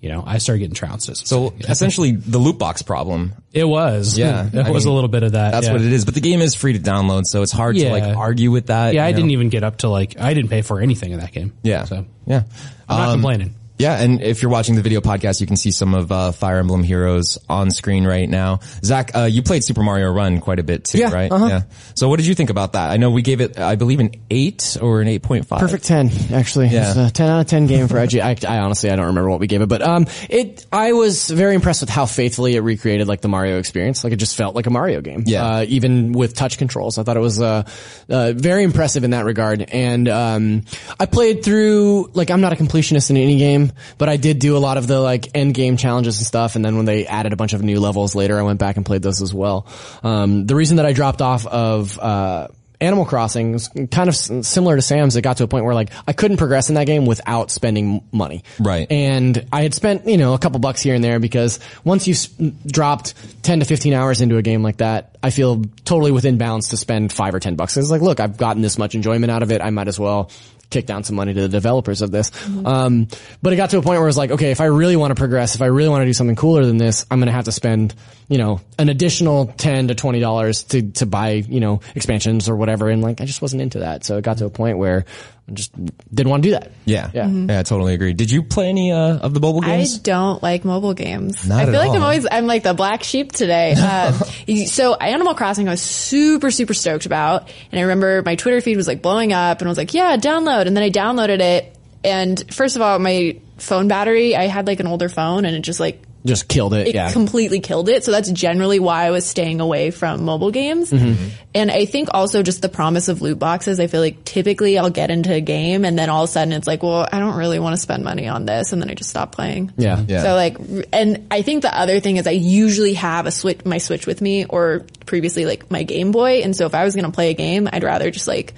you know I started getting trounces.
so essentially the loot box problem.
it was
Yeah,
it
I
was
mean,
a little bit of that.
That's
yeah.
what it is. But the game is free to download, so it's hard to
Yeah.
like argue with that.
Yeah,
you
I
know?
didn't even get up to like I didn't pay for anything in that game.
Yeah.
so
Yeah.
I'm not
Um,
complaining.
Yeah, and if you're watching the video podcast, you can see some of uh, Fire Emblem Heroes on screen right now. Zach, uh, you played Super Mario Run quite a bit too,
Yeah,
right?
uh-huh.
Yeah. So what did you think about that? I know we gave it, I believe, an eight or an eight point five.
Perfect ten, actually.
Yeah.
It's a ten out of ten game for IG. I, I honestly I don't remember what we gave it, but um, it I was very impressed with how faithfully it recreated like the Mario experience. Like it just felt like a Mario game.
Yeah.
Uh, even with touch controls, I thought it was uh, uh very impressive in that regard. And um, I played through like I'm not a completionist in any game, but I did do a lot of the like end game challenges and stuff. And then when they added a bunch of new levels later, I went back and played those as well. Um, the reason that I dropped off of uh. Animal Crossing is kind of s- similar to Sam's. It got to a point where like I couldn't progress in that game without spending money.
Right.
And I had spent, you know, a couple bucks here and there because once you've s- dropped 10 to 15 hours into a game like that, I feel totally within bounds to spend five or 10 bucks. It's like, look, I've gotten this much enjoyment out of it. I might as well kick down some money to the developers of this. Um, but it got to a point where it was like, okay, if I really want to progress, if I really want to do something cooler than this, I'm going to have to spend, you know, an additional 10 to $20 to, to buy, you know, expansions or whatever. And like, I just wasn't into that. So it got to a point where I just didn't want to do that.
Yeah.
Yeah.
Yeah.
Mm-hmm.
I totally agree. Did you play any uh, of the mobile
I
games?
don't like mobile games.
Not
I feel
at
like I'm
all.
always I'm like the black sheep today. Uh, you- so Animal Crossing, I was super super stoked about, and I remember my Twitter feed was like blowing up, and I was like, yeah, download. And then I downloaded it, and first of all, my phone battery, I had like an older phone, and it just like
Just killed it.
it
yeah.
completely killed it. So that's generally why I was staying away from mobile games.
Mm-hmm.
And I think also just the promise of loot boxes. I feel like typically I'll get into a game and then all of a sudden it's like, well, I don't really want to spend money on this. And then I just stop playing.
Yeah.
Yeah.
So like, r- and I think the other thing is I usually have a switch, my switch with me or previously like my Game Boy. And so if I was going to play a game, I'd rather just like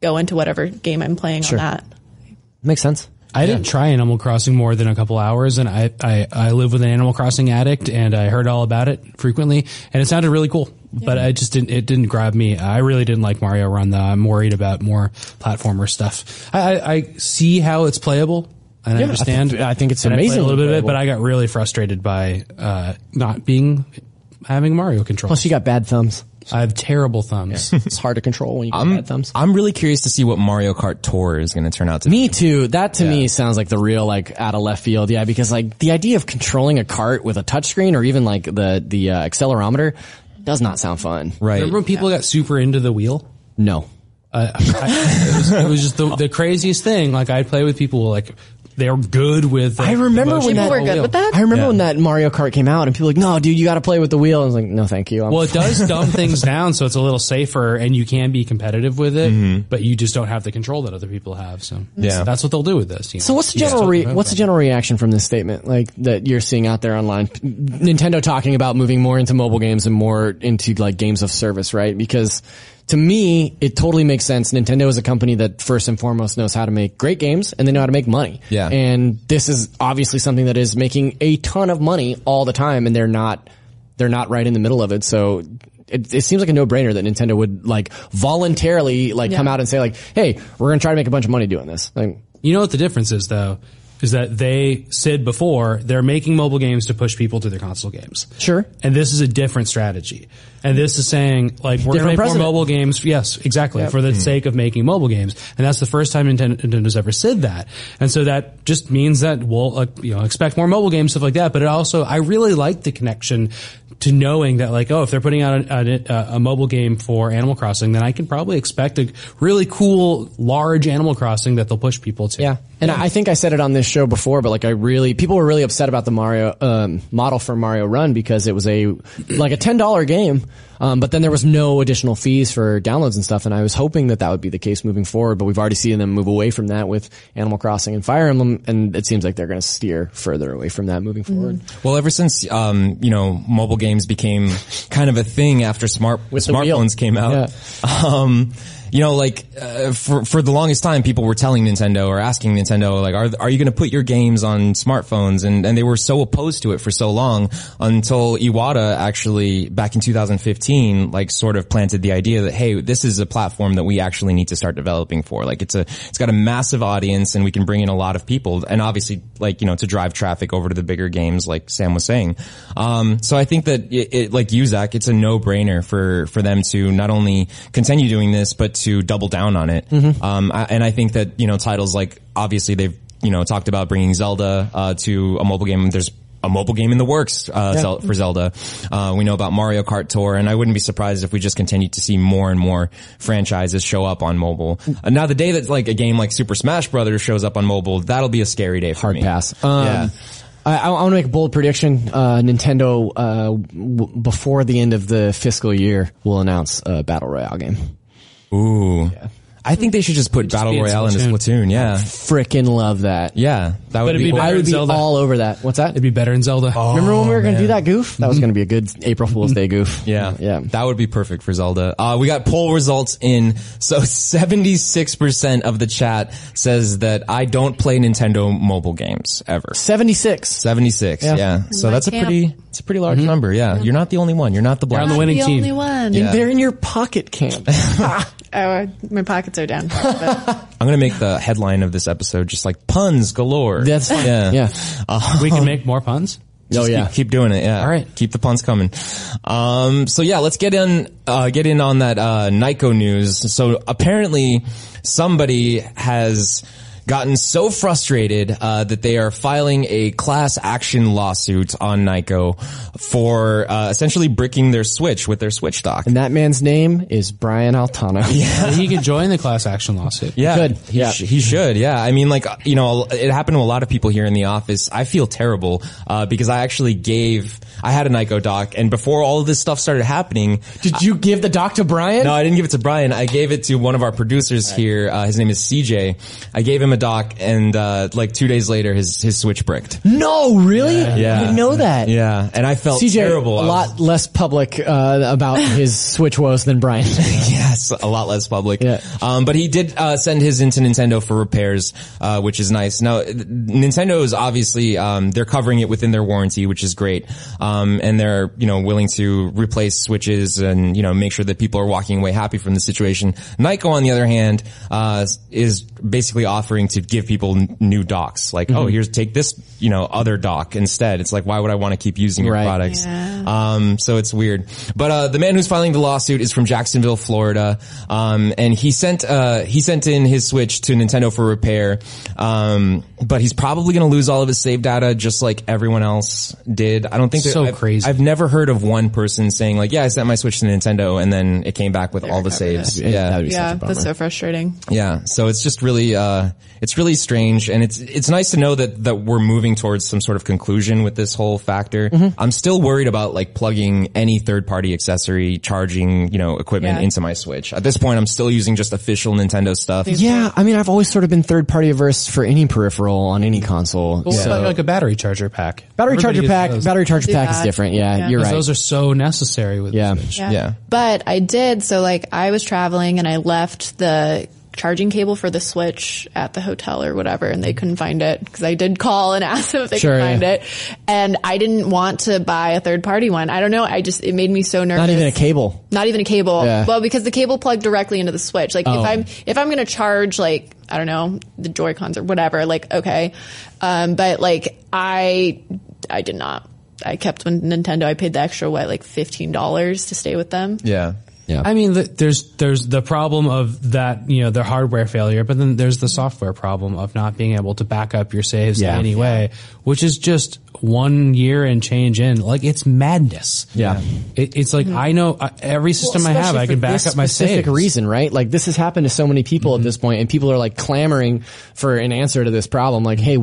go into whatever game I'm playing on that.
Makes sense.
I didn't try Animal Crossing more than a couple hours, and I, I I live with an Animal Crossing addict, and I heard all about it frequently, and it sounded really cool. But I just didn't. It didn't grab me. I really didn't like Mario Run. Though I'm worried about more platformer stuff. I, I, I see how it's playable, and I
Yeah, I
understand.
think- I think it's
and I played
amazingly
a little bit of it,
playable.
but I got really frustrated by uh, not being having Mario control.
Plus you got bad thumbs.
I have terrible thumbs.
It's hard to control when you got bad thumbs.
I'm really curious to see what Mario Kart Tour is going to turn out to be.
Me too. That to me sounds like the real like out of left field. Yeah, because like the idea of controlling a cart with a touchscreen or even like the the uh, accelerometer does not sound fun.
Right.
Remember when people got super into the wheel?
No.
it, was, it was just the, the craziest thing. Like I'd play with people like they're good with. Like,
I remember when
emotion.
that
People were good with that?
I remember
Yeah.
when that Mario Kart came out and people were like, "No, dude, you got to play with the wheel." I was like, "No, thank you." I'm
Well, it does dumb things down, so it's a little safer, and you can be competitive with it,
Mm-hmm.
but you just don't have the control that other people have. So
Yeah.
that's what they'll do with this. you know.
So what's the
You
general
just
re-
don't
what's the general reaction from this statement like that you're seeing out there online? P- Nintendo talking about moving more into mobile games and more into like games of service, right? Because to me, it totally makes sense. Nintendo is a company that first and foremost knows how to make great games and they know how to make money.
Yeah.
And this is obviously something that is making a ton of money all the time and they're not they're not right in the middle of it. So it, it seems like a no-brainer that Nintendo would like voluntarily like come out and say like, "Hey, we're going to try to make a bunch of money doing this." Like
You know what the difference is though? Is that they said before they're making mobile games to push people to their console games.
Sure.
And this is a different strategy. And this is saying like we're going to
Different
make
precedent.
more mobile games. Yes, exactly. For the sake of making mobile games. And that's the first time Ninten- Nintendo's ever said that. And so that just means that we'll uh, you know expect more mobile games stuff like that, but it also I really like the connection to knowing that like oh if they're putting out a, a, a mobile game for Animal Crossing then I can probably expect a really cool large Animal Crossing that they'll push people to.
Yeah. And I I think I said it on this show before, but like I really, people were really upset about the Mario, um, model for Mario Run because it was a, like a $10 game. Um, but then there was no additional fees for downloads and stuff. And I was hoping that that would be the case moving forward, but we've already seen them move away from that with Animal Crossing and Fire Emblem. And it seems like they're going to steer further away from that moving forward.
Well, ever since um, you know mobile games became kind of a thing after smart
the wheel.
smartphones came out,
Yeah.
um, you know, like uh, for for the longest time, people were telling Nintendo or asking Nintendo, like, are are you going to put your games on smartphones? And and they were so opposed to it for so long until Iwata actually back in 2015, like, sort of planted the idea that hey, this is a platform that we actually need to start developing for. Like, it's a it's got a massive audience, and we can bring in a lot of people, and obviously, like, you know, to drive traffic over to the bigger games, like Sam was saying. Um, so I think that it, it like you, Zach, it's a no brainer for for them to not only continue doing this but to double down on it.
Mm-hmm.
Um, I, and I think that you know titles like obviously they've you know talked about bringing Zelda uh, to a mobile game. There's a mobile game in the works uh, Zel- for Zelda. Uh, we know about Mario Kart Tour, and I wouldn't be surprised if we just continue to see more and more franchises show up on mobile. Uh, now, the day that like a game like Super Smash Brothers shows up on mobile, that'll be a scary day for
Hard
me.
pass. Um,
Yeah.
I, I want to make a bold prediction. Uh, Nintendo, uh, w- before the end of the fiscal year, will announce a battle royale game.
Ooh. I think they should just put Battle
be in
Royale in this
Splatoon.
platoon. Yeah.
Frickin' love that.
Yeah. That would
it'd
be,
be
I
better-
would be
Zelda.
all over that. What's that?
It'd be better in Zelda.
Remember when we were going to do that goof? That was going to be a good April Fool's Day goof.
Oh, Yeah.
yeah.
That would be perfect for Zelda. Uh, we got poll results in. So 76% of the chat says that I don't play Nintendo mobile games ever.
Seventy six.
76. Yeah. So
my
that's a
camp.
pretty, it's a pretty large number. Yeah. You're not the only one. You're not the black.
on the
Not
winning
the
team.
only one.
They're in your pocket camp.
Oh, I- my pockets are down. But
I'm going to make the headline of this episode just like puns galore.
That's fine.
Yeah.
yeah.
we can make more puns.
Oh
Just
yeah.
Keep, keep doing it. Yeah.
All right.
Keep the puns coming. Um, so yeah, let's get in, uh, get in on that, uh, Nyko news. So apparently somebody has gotten so frustrated, uh, that they are filing a class action lawsuit on Nyko for, uh, essentially bricking their Switch with their Switch dock.
And that man's name is Brian Altano.
And he can join the class action lawsuit.
Yeah,
Good.
He,
Yeah.
sh- he should. Yeah, I mean, like you know, it happened to a lot of people here in the office. I feel terrible uh, because I actually gave. I had a Nyko doc, and before all of this stuff started happening,
Did you give the doc to Brian?
no, I didn't give it to Brian. I gave it to one of our producers here. Uh, his name is CJ. I gave him a doc, and uh, like two days later, his his switch bricked.
No, really?
Yeah.
I didn't know that.
Yeah, and I felt
CJ,
terrible.
a
I was-
lot less public uh, about his Switch woes than Brian.
yes, a lot less public.
Yeah.
Um, but he did uh, send his into Nintendo for repairs, uh, which is nice. Now, th- Nintendo is obviously um, they're covering it within their warranty, which is great. Um, and they're you know willing to replace switches and you know make sure that people are walking away happy from the situation. Nyko, on the other hand, uh, is basically offering to give people n- new docks. Like,
Mm-hmm.
oh, here's take this you know other dock instead. It's like why would I want to keep using your
Right.
product? products. Um, so it's weird. But uh, the man who's filing the lawsuit is from Jacksonville, Florida, um, and he sent uh, he sent in his Switch to Nintendo for repair. Um, but he's probably going to lose all of his save data, just like everyone else did. I don't think that-
So
I've-
crazy.
I've never heard of one person saying like, "Yeah, I sent my Switch to Nintendo," and then it came back with all the
recovered
saves.
it.
Yeah,
That'd be
yeah, that's so frustrating.
yeah, so it's just really, uh, it's really strange, and it's it's nice to know that that we're moving towards some sort of conclusion with this whole factor. I'm still worried about like plugging any third party accessory charging, you know, equipment
Yeah.
into my Switch. At this point, I'm still using just official Nintendo stuff.
yeah, I mean, I've always sort of been third party averse for any peripheral on any console.
Well,
so-
what about, like a battery charger pack.
battery
Everybody
charger
gets
pack,
those.
battery charger pack is
Yeah.
different. Yeah,
Yeah.
you're
Because
right.
Those are so necessary with
yeah.
the Switch.
Yeah.
But I did. So like I was traveling and I left the charging cable for the switch at the hotel or whatever and they couldn't find it because I did call and ask them if they
Sure,
could find
yeah.
it. And I didn't want to buy a third party one. I don't know. I just, it made me so nervous.
Not even a cable.
Not even a cable.
Yeah. Oh.
Well, because the cable plugged directly into the switch. Like if I'm if I'm gonna charge like I don't know the Joy Cons or whatever. Like okay, um, but like I I did not. I kept when Nintendo. I paid the extra what like fifteen dollars to stay with them.
yeah,
I mean, th- there's there's the problem of that you know the hardware failure, but then there's the software problem of not being able to back up your saves
Yeah.
in any way, which is just one year and change in. Like it's madness.
Yeah.
it, it's like I know uh, every system I have,
Especially
I
for
can back
this
up my Mm-hmm.
specific
saves.
reason, right? Like this has happened to so many people at this point, and people are like clamoring for an answer to this problem. Like, hey,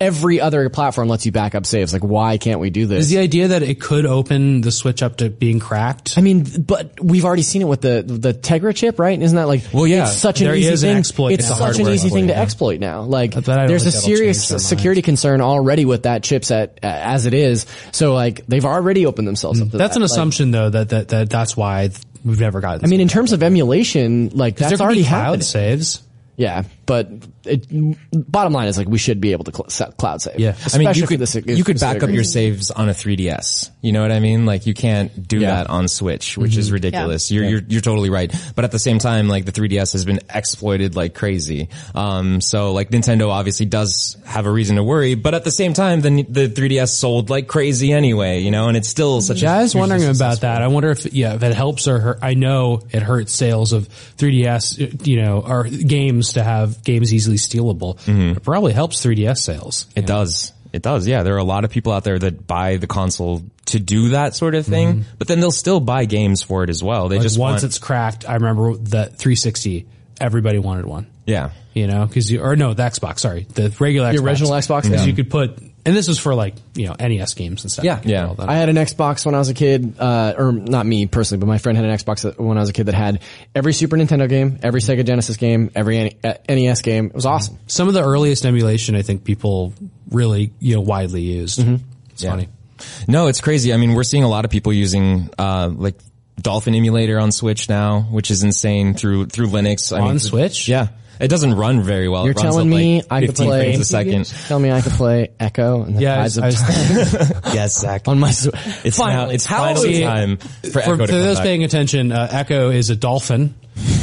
every other platform lets you back up saves. Like, why can't we do this?
Is the idea that it could open the switch up to being cracked?
I mean, but we've already seen it with the the Tegra chip, right? Isn't that like
Well, yeah,
it's such an
there
easy
is an
thing.
exploit
it's
now.
such an
Hardware
easy thing to
exploit, yeah.
exploit now. Like
But I don't
there's a
think that'll
serious
change their
security concern already with that chipset uh, as it is. So like they've already opened themselves up to
That's
that.
an
Like,
assumption though that, that that that's why We've never gotten.
I mean, in terms of emulation, like that's already
cloud
happening.
saves.
Yeah, but it, bottom line is like we should be able to cl- sa- cloud save.
Yeah. I
I
especially
mean,
mean, you
for
could
this.
you could back up
specific
your
reason.
saves on a 3ds. You know what I mean? Like you can't do
Yeah. Mm-hmm.
that on Switch, which is ridiculous. You're, you're you're totally right. But at the same time, like the 3ds has been exploited like crazy. Um, so like Nintendo obviously does have a reason to worry, but at the same time, the the 3ds sold like crazy anyway. You know, and it's still such.
Yeah,
a
I was wondering about that. I wonder if yeah, if it helps or hurt. I know it hurts sales of 3DS, you know, or games to have games easily stealable.
Mm-hmm.
It probably helps 3DS sales.
Mm-hmm.
It does. It does. Yeah, there are a lot of people out there that buy the console to do that sort of thing,
Mm-hmm.
but then they'll still buy games for it as well. They
Like,
just
once
want,
it's cracked, I remember the 360. Everybody wanted one.
yeah.
you know, because you or no, the Xbox, sorry, the regular Xbox,
original Xbox,
'Cause
yeah.
you could put, and this was for like you know NES games and stuff.
Yeah.
You could
Yeah.
put all that
I
on.
had an Xbox when I was a kid, uh, or not me personally, but my friend had an Xbox that- when I was a kid that had every Super Nintendo game, every Sega Genesis game, every N- uh, NES game. It was awesome.
Some of the earliest emulation, I think people really you know widely used. It's funny.
No, it's crazy. I mean, we're seeing a lot of people using uh like Dolphin emulator on Switch now, which is insane through through Linux. I
On
mean,
Switch?
Yeah. It doesn't run very well.
You're
it runs
telling
at,
me
like
I could
15
play
frames a second.
Tell me I could play Echo and the
Yeah, I
Tides
was,
of
I was-
Time
Yes, Zach.
on my. Sw-
It's now, it's finally time for,
for,
Echo to
for
come
those
back.
paying attention, uh, Echo is a dolphin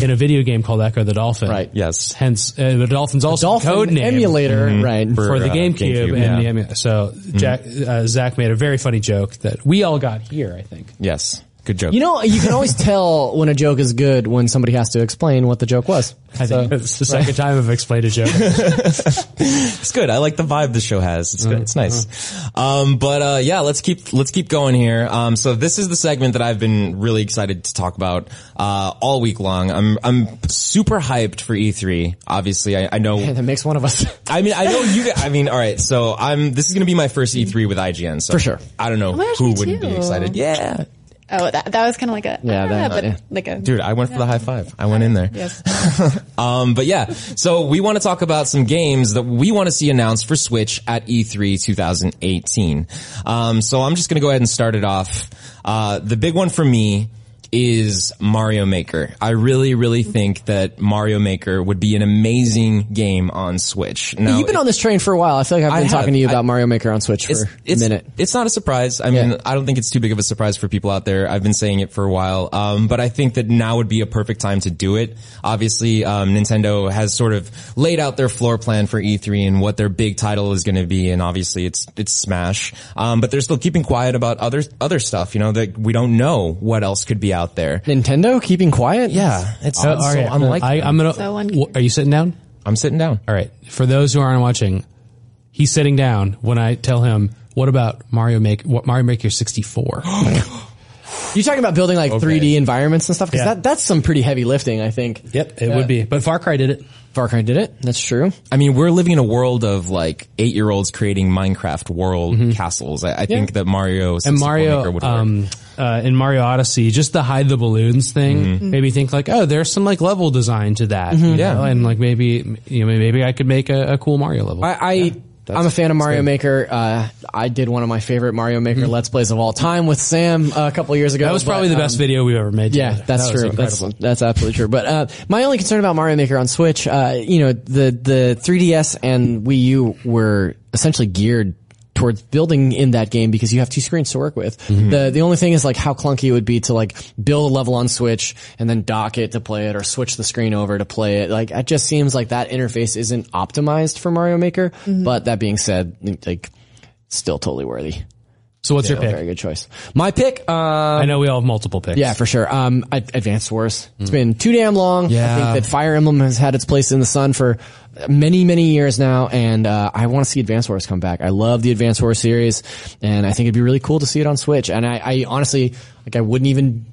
in a video game called Echo the Dolphin.
Right.
Yes.
Hence, uh, the dolphin's also
Dolphin
code name
emulator, right?
for the
uh,
GameCube,
GameCube,
and
yeah.
the emu- so Jack uh, Zach made a very funny joke that we all got here. I think.
Yes. Good joke.
you know, you can always tell when a joke is good when somebody has to explain what the joke was.
I think it's the second time I've explained a joke.
it's good. I like the vibe the show has. It's
Mm-hmm.
good. It's nice. Um, but uh, yeah, let's keep let's keep going here. Um, so this is the segment that I've been really excited to talk about uh, all week long. I'm I'm super hyped for E3. Obviously, I, I know.
That makes one of us.
I mean, I know you. g- I mean, all right. So I'm. This is gonna be my first E3 with IGN. So
For sure.
I don't know
my gosh,
who
me
wouldn't be
too.
excited. Yeah,
Oh, that, that was kind of like a
Yeah,
ah,
that-
but
yeah.
like a
dude. I went for the high five. I went in there.
Yes.
Um, but yeah, so we want to talk about some games that we want to see announced for Switch at E E3 2018. Um, so I'm just going to go ahead and start it off. Uh, the big one for me is Mario Maker. I really, really think that Mario Maker would be an amazing game on Switch. Now,
You've been on this train for a while. I feel like I've
I
been
have.
talking to you
I-
about Mario Maker on Switch for a minute.
it's not a surprise. I mean,
Yeah.
I don't think it's too big of a surprise for people out there. I've been saying it for a while. Um, but I think that now would be a perfect time to do it. Obviously, um, Nintendo has sort of laid out their floor plan for E3 and what their big title is going to be. And obviously it's, it's Smash. Um, but they're still keeping quiet about other, other stuff, you know, that we don't know what else could be out there.
Nintendo keeping quiet.
Yeah. It's
Uh,
so
all right.
unlike,
I,
I,
I'm gonna.
So one-
w- are you sitting down?
am sitting down.
All right. For those who aren't watching, he's sitting down when I tell him, "What about Mario Make? What Mario Maker 64?"
You're talking about building like 3D environments and stuff because
Yeah.
that that's some pretty heavy lifting, I think.
yep, it would be. But Far Cry did it.
Far Cry did it. That's true.
I mean, we're living in a world of like eight year olds creating Minecraft world castles. I, I think that Mario
And
64 Maker
Mario,
would work.
um, uh, in Mario Odyssey, just the hide the balloons thing
Mm-hmm.
made me think like, oh, there's some like level design to that, you
Yeah.
know? and like maybe you know maybe I could make a, a cool Mario level.
I, I I'm a fan of Mario Maker. Uh, I did one of my favorite Mario Maker Let's Plays of all time with Sam uh, a couple years ago.
Mm-hmm. that was
but,
probably the best
um,
video we've ever made.
Yeah,
together.
that's
That was
true. That's
incredible.
that's absolutely true. But uh, my only concern about Mario Maker on Switch, uh, you know, the the 3DS and Wii U were essentially geared towards building in that game because you have two screens to work with. The the only thing is like how clunky it would be to like build a level on Switch and then dock it to play it or switch the screen over to play it. Like it just seems like that interface isn't optimized for Mario Maker. But that being said, like still totally worthy.
so what's your pick?
Very good choice. My pick uh
I know we all have multiple picks.
yeah, for sure. Um, Ad- Advanced Wars. It's been too damn long.
Yeah.
I think that Fire Emblem has had its place in the sun for many, many years now, and uh, I want to see Advanced Wars come back. I love the Advanced Wars series, and I think it'd be really cool to see it on Switch. And I, I honestly, like, I wouldn't even.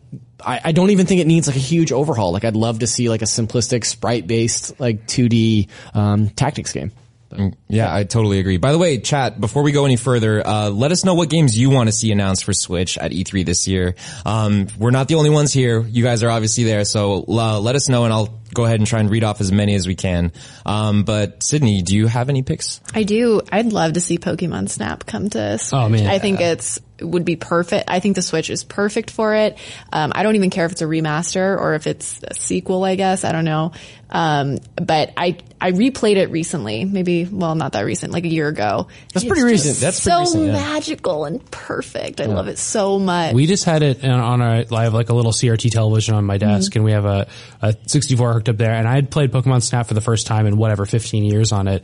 I, I don't even think it needs like a huge overhaul. Like I'd love to see like a simplistic sprite based like 2D um, tactics game.
Mm, Yeah, I totally agree. By the way, chat, before we go any further, uh, let us know what games you want to see announced for Switch at E3 this year. Um, we're not the only ones here. You guys are obviously there, so uh, let us know and I'll go ahead and try and read off as many as we can. Um, but Sydney, do you have any picks?
I do. I'd love to see Pokemon Snap come to. Switch.
Oh, man.
I think it's would be perfect. I think the Switch is perfect for it. Um, I don't even care if it's a remaster or if it's a sequel, I guess. I don't know. Um, but I, I replayed it recently, maybe, well, not that recent, like a year ago. That's
pretty recent. That's pretty
so
recent, yeah.
magical and perfect. I love it so much.
We just had it on- on our live, like a little CRT television on my desk, and we have a, a 64 hooked up there. And I had played Pokemon Snap for the first time in whatever 15 years on it,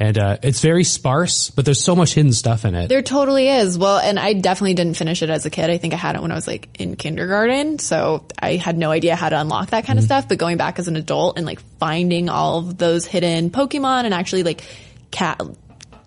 and uh, it's very sparse, but there's so much hidden stuff in it.
There totally is. Well, and I definitely didn't finish it as a kid. I think I had it when I was like in kindergarten. So I had no idea how to unlock that
Mm-hmm.
kind of stuff. But going back as an adult and like finding all of those hidden Pokemon and actually like cat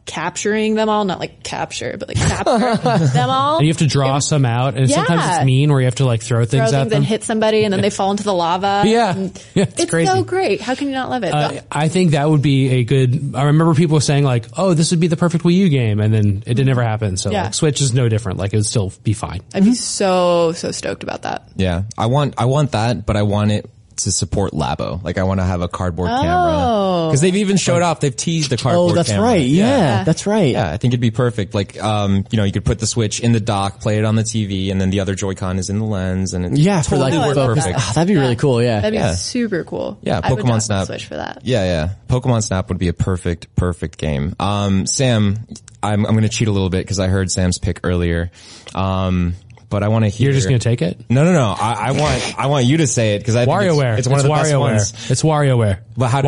capturing them all, not like capture, but like capture them all.
and you have to draw some out, and sometimes
Yeah.
it's mean where you have to like throw things
throw
at
things
them.
and hit somebody and then they fall into the lava.
Yeah.
And
Yeah, it's
it's
crazy.
so great. How can you not love it?
Uh, I think that would be a good. I remember people saying like, "Oh, this would be the perfect Wii U game," and then it did never happen. So
Mm-hmm. Yeah.
like, Switch is no different. Like it would still be fine.
I'd be so, so stoked about that.
Yeah, I want I want that, but I want it to support Labo. Like I want to have a cardboard camera because they've even showed off. They've teased the cardboard.
Oh, that's
camera.
right. Yeah, that's right.
Yeah, I think it'd be perfect. Like, um, you know, you could put the Switch in the dock, play it on the TV, and then the other Joy-Con is in the lens, and it
Yeah, for
totally
like
work
focus.
perfect.
Ah, that'd be really cool. Yeah.
That'd be
Yeah.
super cool.
Yeah,
I would
Pokemon
not
Snap.
switch for that.
Yeah, yeah. Pokemon Snap would be a perfect, perfect game. Um, Sam, I'm I'm gonna cheat a little bit because I heard Sam's pick earlier. Um, but I want to hear.
You're just gonna take it.
No, no, no. I, I want I want you to say it because I think it's-
WarioWare.
It's, one of the best
WarioWare.
ones.
It's WarioWare.
But how do-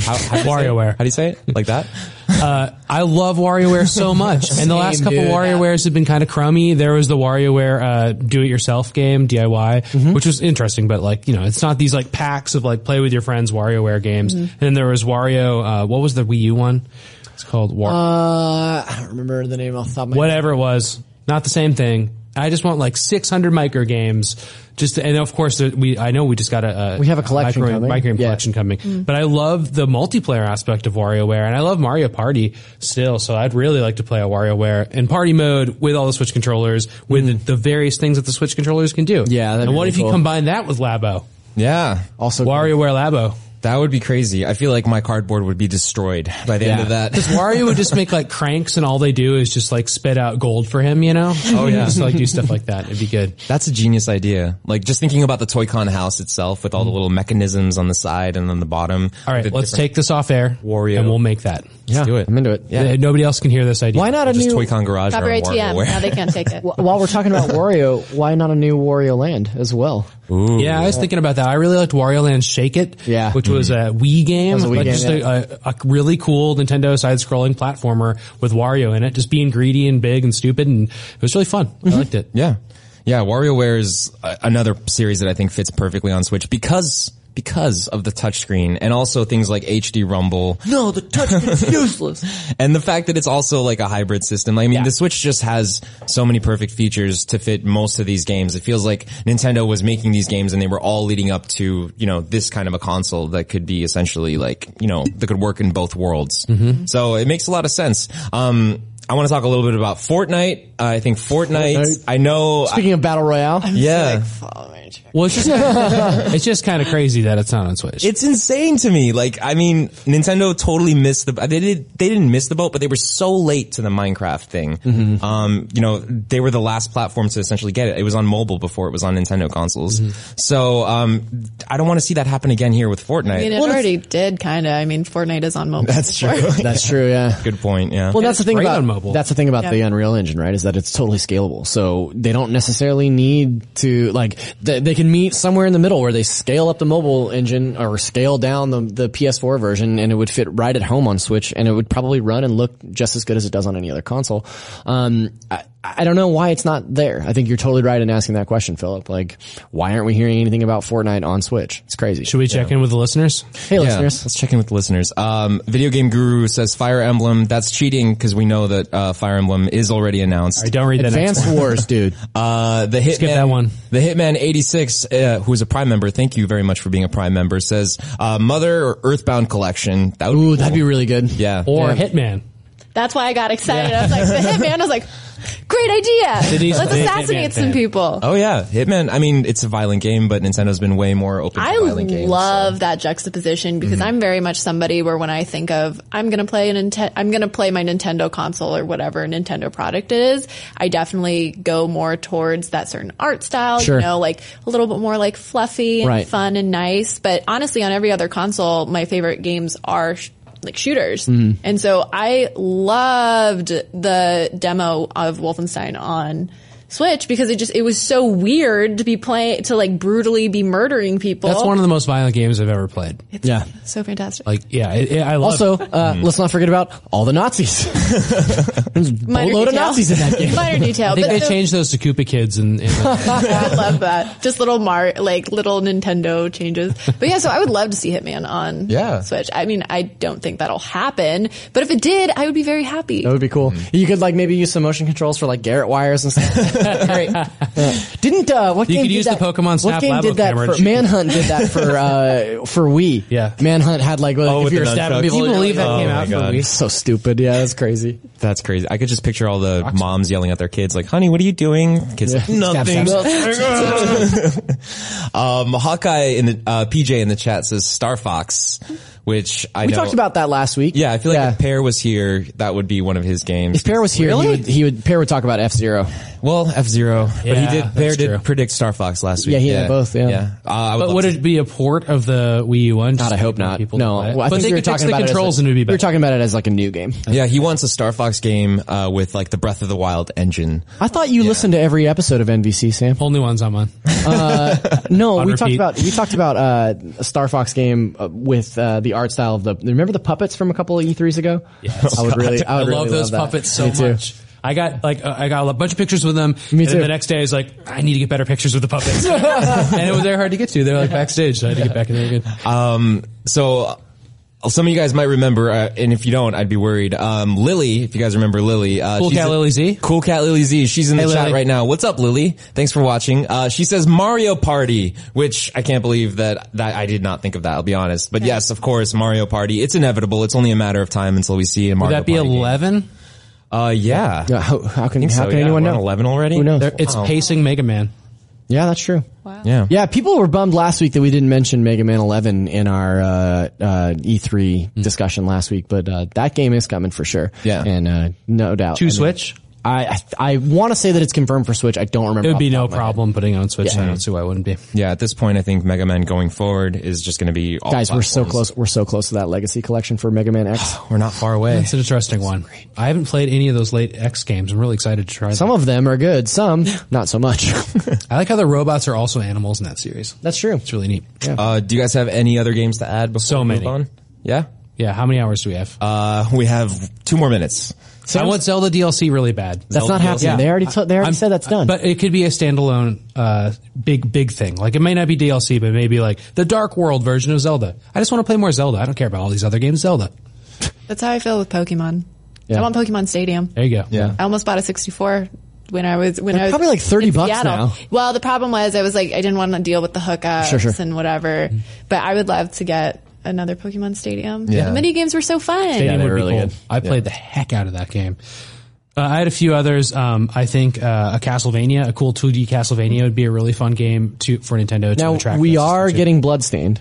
How, how do you say it?
WarioWare.
How do you say it? Like that?
Uh, I love WarioWare so much, and the last couple
dude.
WarioWares have been kind of crummy. There was the WarioWare uh, do-it-yourself game DIY, which was interesting, but like you know, it's not these like packs of like play with your friends WarioWare games. And then there was Wario. Uh, what was the Wii U one? It's called War.
Uh, I don't remember the name off the top of my head.
whatever it was. Not the same thing. I just want like 600 micro games. Just and of course there- we. I know we just got a,
We have a collection
micro,
coming.
micro game
Yeah.
collection coming. But I love the multiplayer aspect of WarioWare, and I love Mario Party still. So I'd really like to play a WarioWare in party mode with all the Switch controllers, with the, the various things that the Switch controllers can do.
Mm. Yeah, that'd
and
be
what
really
if you
cool.
combine that with Labo,
Yeah.
Also,
WarioWare Labo?
That would be crazy. I feel like my cardboard would be destroyed by the end of that.
Because Wario would just make like cranks, and all they do is just like spit out gold for him. You know? Oh
yeah.
just like do stuff like that. It'd be good.
That's a genius idea. Like just thinking about the Toy-Con house itself with all the little mechanisms on the side and on the bottom.
All right,
The
let's
different-
take this off air,
Wario.
and we'll make that.
Let's do it.
I'm into it.
Yeah.
Uh, Nobody else can hear this idea.
Why not a
Just
new?
Toy-Con garage or
Copyright TM. Now they
WarioWare.
can't take it.
While we're talking about Wario, why not a new Wario Land as well?
Yeah, I was thinking about that. I really liked Wario Land Shake It,
Yeah.
which was a
Mm-hmm.
Wii game,
was a Wii
like
game,
just a, a, a really cool Nintendo side-scrolling platformer with Wario in it, just being greedy and big and stupid, and it was really fun. I
Mm-hmm.
liked it.
Yeah. Yeah, WarioWare is uh, another series that I think fits perfectly on Switch because because of the touchscreen and also things like HD Rumble. No, the touchscreen's useless. And the fact that it's also like a hybrid system. Like, I mean, the Switch just has so many perfect features to fit most of these games. It feels like Nintendo was making these games and they were all leading up to, you know, this kind of a console that could be essentially like, you know, that could work in both worlds.
Mm-hmm.
So it makes a lot of sense. Um, I want to talk a little bit about Fortnite. I think Fortnite,
Fortnite.
I know
Speaking of battle royale,
yeah.
Well, it's just it's just kind of crazy that it's not on Switch.
It's insane to me. Like, I mean, Nintendo totally missed the, they did, they didn't miss the boat, but they were so late to the Minecraft thing. Um, you know, they were the last platform to essentially get it. It was on mobile before it was on Nintendo consoles. So, um, I don't want to see that happen again here with Fortnite.
I mean, it already did, kind of. I mean, Fortnite is on mobile.
that's true.
that's true. Yeah.
Good point. Yeah.
Well, that's the thing
great
about
on mobile.
that's the thing about the Unreal Engine, right? Is that it's totally scalable, so they don't necessarily need to like they, they can meet somewhere in the middle where they scale up the mobile engine or scale down the the PS4 version, and it would fit right at home on Switch, and it would probably run and look just as good as it does on any other console. Um, I, I don't know why it's not there. I think you're totally right in asking that question, Philip. Like, why aren't we hearing anything about Fortnite on Switch? It's crazy.
Should we check in with the listeners?
hey,
Yeah,
listeners.
Let's check in with the listeners. Um, Video Game Guru says Fire Emblem. That's cheating because we know that uh, Fire Emblem is already announced.
I don't read the next
Advanced
one.
Wars, dude.
Uh, the Hitman,
that one.
The Hitman 86, uh, who is a Prime member, thank you very much for being a Prime member, says, uh, Mother or Earthbound Collection. That would
Ooh,
be
that'd
cool.
be really good.
yeah.
Or Hitman.
That's why I got excited. I was like, the hitman. I was like, great idea.
Denise
Let's
is a big
assassinate
Hitman
some
fan.
people.
Oh yeah, Hitman. I mean, it's a violent game, but Nintendo's been way more open to
I
violent games.
love that juxtaposition because I'm very much somebody where when I think of I'm gonna play an Ninte- I'm gonna play my Nintendo console or whatever Nintendo product it is, I definitely go more towards that certain art style,
Sure.
you know, like a little bit more like fluffy and
Right.
fun and nice. But honestly, on every other console, my favorite games are. Sh- like shooters.
Mm-hmm.
And so I loved the demo of Wolfenstein on Switch because it just, it was so weird to be playing, to like brutally be murdering people.
That's one of the most violent games I've ever played.
yeah.
So fantastic.
Like, yeah, it, it- I love
Also, uh,
Mm.
let's not forget about all the Nazis.
Minor
boatload of
detail.
Nazis in that game.
Minor detail.
I think
but
they
the-
changed those to Koopa Kids and, and
I love that. Just little mar, like little Nintendo changes. But yeah, so I would love to see Hitman on
Yeah.
Switch. I mean, I don't think that'll happen, but if it did, I would be very happy.
That would be cool. You could like maybe use some motion controls for like Garrett wires and stuff. Great. Yeah. Didn't uh, what
You
game
could
did
use the
that?
Pokemon
what
Snap
game
Labo
did that
camera to
for?
shoot.
Manhunt did that for uh, for Wii.
Yeah. Oh,
Manhunt had like well, if
with
you're
the
stabbing
nunchucks.
people,
You
you're
believe
like,
that
oh,
came
my
out for
God.
Wii?
So stupid. Yeah, that's crazy.
That's crazy. I could just picture all the moms yelling at their kids, like, "Honey, what are you doing?" Kids, like, nothing.
stab,
um, Hawkeye in the uh, PJ in the chat says Star Fox, which I
We
know-
talked about that last week.
Yeah, I feel like
Yeah.
if Pear was here, that would be one of his games.
if Pear was here, he would he would Pear would talk about F Zero.
well, F Zero, but he
Yeah,
did.
that's
Pear did
true.
predict Star Fox last week.
Yeah, he had both, yeah.
Uh, I would
But
love
would
to-
it be a port of the Wii U one?
God, I hope not. No, well, I
but
think
they
you were
could fix
talking
the
about it
controls
as,
and
a-
it'd be
You were
better.
talking about it as like a new game.
yeah, he wants a Star Fox game uh, with like the Breath of the Wild engine.
I thought you listened to every episode of NVC, Sam.
Whole new ones I'm on.
No, we
repeat.
talked about we talked about uh, a Star Fox game uh, with uh, the art style of the. Remember the puppets from a couple of E3s ago? Yes, I would really, I
I,
would really
love those
that.
puppets so
Me too.
much. I got like uh, I got a bunch of pictures with them.
Me
and then
too.
the next day, I was like, I need to get better pictures with the puppets, and it was they're hard to get to. They were like backstage, so I had to get back in there again.
So uh, some of you guys might remember, uh, and if you don't, I'd be worried. Um, Lily, if you guys remember Lily, uh,
Cool
she's
Cat
in-
Lily Z?
Cool Cat Lily Z. She's in the
Hey,
chat
Lily.
right now. What's up, Lily? Thanks for watching. Uh, she says Mario Party, which I can't believe that that I did not think of that. I'll be honest, but yes, of course, Mario Party. It's inevitable. It's only a matter of time until we see a
Would
Mario.
that be
Party game.
eleven?
Uh, yeah.
Yeah, how, how can,
think
how
so,
can
yeah.
anyone
We're on
know?
11 already?
Who knows?
They're- It's pacing Mega Man.
yeah, that's true.
Yeah.
Yeah, people were bummed last week that we didn't mention Mega Man 11 in our uh, uh, E3
Hmm.
discussion last week, but uh, that game is coming for sure.
Yeah.
and uh, no doubt
To
And
Switch,
I I, I want to say that it's confirmed for Switch. I don't remember.
it would be
off the top
no
of my head.
problem putting it on Switch. I don't see why it wouldn't be.
Yeah, at this point, I think Mega Man going forward is just going to be all
Guys, we're so
platforms.
close. We're so close to that legacy collection for Mega Man X.
We're not far away.
It's an interesting one. I haven't played any of those late X games. I'm really excited to try
Some
them.
of them are good. Some not so much.
I like how the robots are also animals in that series.
That's true.
It's really neat.
Uh, do you guys have any other games to add before
So
we move
many.
on? Yeah.
Yeah, how many hours do we have?
Uh, we have two more minutes.
I want Zelda DLC really bad.
That's not happening.
Yeah.
They already t- they already said that's done.
But it could be a standalone, uh, big, big thing. Like it may not be DLC, but maybe like the Dark World version of Zelda. I just want to play more Zelda. I don't care about all these other games. Zelda.
That's how I feel with Pokemon. I want Pokemon Stadium.
There you go. Yeah.
I almost bought a 64 when I was when I was
probably like 30
in
bucks
Seattle.
now.
Well, the problem was I was like I didn't want to deal with the hookups
Sure, Mm-hmm. sure.
and whatever. But I would love to get another Pokemon Stadium.
Yeah.
The mini games were so fun.
Stadium
Yeah,
would
they're really
be cool.
good.
I played the heck out of that game. Uh, I had a few others. Um, I think uh, a Castlevania, a cool 2D Castlevania, would be a really fun game to for Nintendo to
now
attract.
we
those
are
to.
getting Bloodstained.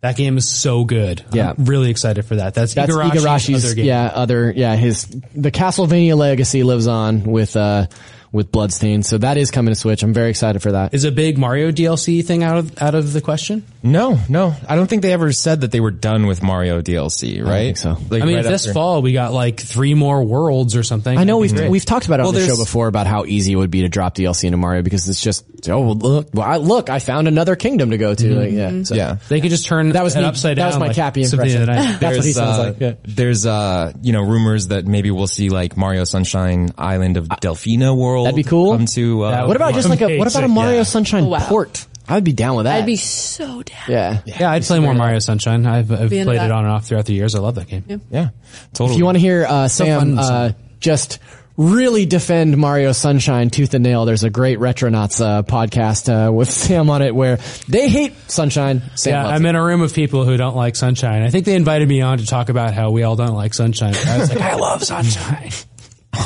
that game is so good.
Yeah.
I'm really excited for that. That's,
That's
Igarashi's,
Igarashi's
other game.
yeah other yeah his the Castlevania legacy lives on with uh with Bloodstained. So that is coming to Switch. I'm very excited for that.
Is a big Mario DLC thing out of out of the question?
No, no. I don't think they ever said that they were done with Mario DLC, right?
think so.
Like,
I mean,
right
if this
after-
fall we got like three more worlds or something.
I know
that'd
we've
be great.
we've talked about it on the
there's-
show before about how easy it would be to drop DLC into Mario because it's just oh well, look well, I, look I found another kingdom to go to like, Mm-hmm. yeah so.
Yeah.
They could just turn that
was
an
me-
upside
that
down.
was my
like,
Cappy
Symphony of the
impression.
Night.
That's what he
There's,
sounds
uh,
like, yeah.
there's, uh, you know, rumors that maybe we'll see like Mario Sunshine Island of Delphina World.
That'd be cool.
Come to, uh,
That
What about just like a what about a
Amazing,
Mario
yeah.
Sunshine
Wow.
port? Oh, I'd be down with that.
I'd be so down.
yeah.
yeah, I'd play more Mario Sunshine. I've, I've
Being
played
that-
it on and off throughout the years. I love that game.
yeah, totally.
If you want to hear uh,
fun
Sam
and
uh, just really defend Mario Sunshine tooth and nail. There's a great Retronauts uh, podcast uh, with Sam on it where they hate Sunshine. Sam
Yeah,
loves
I'm
it.
in a room of people who don't like sunshine. I think they invited me on to talk about how we all don't like sunshine. I was like, I love sunshine.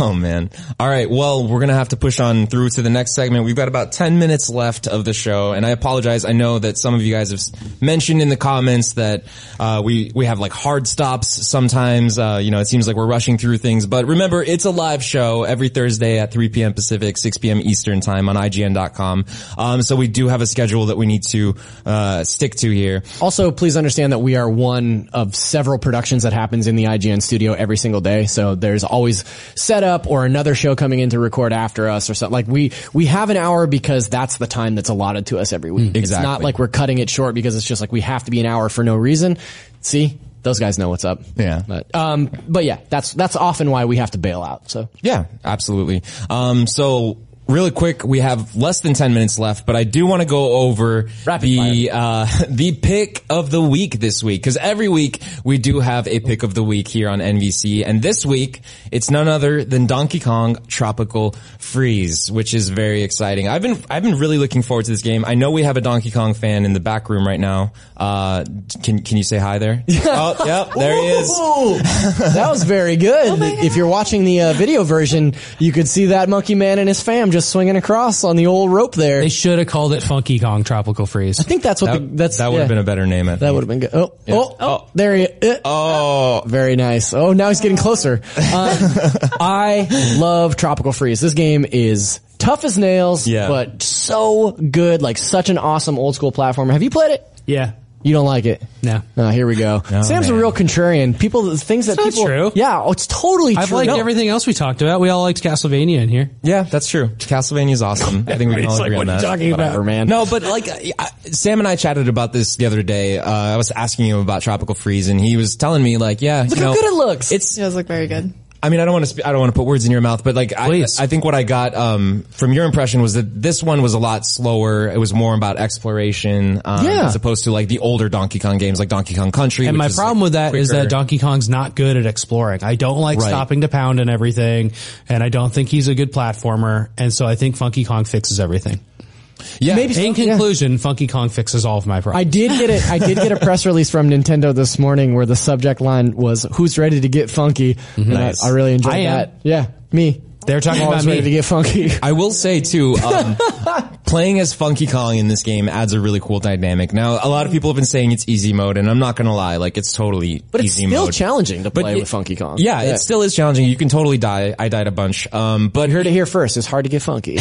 Oh man. All right. Well, we're going to have to push on through to the next segment. We've got about 10 minutes left of the show and I apologize. I know that some of you guys have s- mentioned in the comments that, uh, we, we have like hard stops sometimes. Uh, you know, it seems like we're rushing through things, but remember it's a live show every Thursday at 3 p.m. Pacific, 6 p.m. Eastern time on IGN.com. Um, so we do have a schedule that we need to, uh, stick to here.
Also, please understand that we are one of several productions that happens in the IGN studio every single day. So there's always setup or another show coming in to record after us or something. Like we, we have an hour because that's the time that's allotted to us every week. It's
Mm,
not
exactly.
like we're cutting it short because it's just like we have to be an hour for no reason. See? Those guys know what's up.
Yeah.
But, um, but yeah, that's, that's often why we have to bail out. So
Yeah, absolutely. Um, so really quick, we have less than 10 minutes left, but I do want to go over
Rapid
the, uh, the pick of the week this week. Cause every week we do have a pick of the week here on NVC. And this week it's none other than Donkey Kong Tropical Freeze, which is very exciting. I've been, I've been really looking forward to this game. I know we have a Donkey Kong fan in the back room right now. Uh, can, can you say hi there? oh, yep, there he is.
that was very good. if you're watching the uh, video version, you could see that monkey man and his fam just swinging across on the old rope there.
They should have called it Funky Kong Tropical Freeze.
I think that's what the, that's
that would have
yeah.
been a better name. I
that
think.
would have been good. Oh, oh, oh, there he. Uh,
Oh,
very nice. Oh, now he's getting closer. Uh, I love Tropical Freeze. This game is tough as nails,
Yeah.
but so good. Like such an awesome old school platformer. Have you played it?
Yeah.
You don't like it?
No.
No, here we go. Sam's a
man.
real contrarian. People, the things that
not
people.
true.
Yeah, oh, it's totally
I've
true.
liked
No.
everything else we talked about. We all liked Castlevania in here.
Yeah, that's true. Castlevania's awesome. I think we can all agree on that.
Whatever, man.
No, but like I, I- Sam and I chatted about this the other day. Uh, I was asking him about tropical freeze, and he was telling me like, yeah,
Look
you
how
know,
good it looks.
It's.
It does look very good.
I mean, I don't want to. Sp- I don't want to put words in your mouth, but like, I,
Please.
I think what I got um, from your impression was that this one was a lot slower. It was more about exploration, um,
Yeah.
as opposed to like the older Donkey Kong games, like Donkey Kong Country.
And
which
my
is,
problem
like,
with that is
quicker.
that Donkey Kong's not good at exploring. I don't like
Right.
stopping to pound and everything, and I don't think he's a good platformer, and so I think Funky Kong fixes everything.
yeah,
maybe
In conclusion, Funky Kong fixes all of my
I
problems.
did get it. I did get a press release from Nintendo this morning where the subject line was "Who's ready to get funky?" And I- I, really enjoyed
I am.
that. Yeah, me.
They're talking
I'm always
about me.
ready to get funky.
I will say too, um, playing as Funky Kong in this game adds a really cool dynamic. Now, a lot of people have been saying it's easy mode, and I'm not gonna lie, like it's totally
But it's
easy
still
mode.
challenging to
But
play
it-
with Funky Kong.
Yeah, it still is challenging. You can totally die. I died a bunch. Um, but
Heard it here first. It's hard to get funky.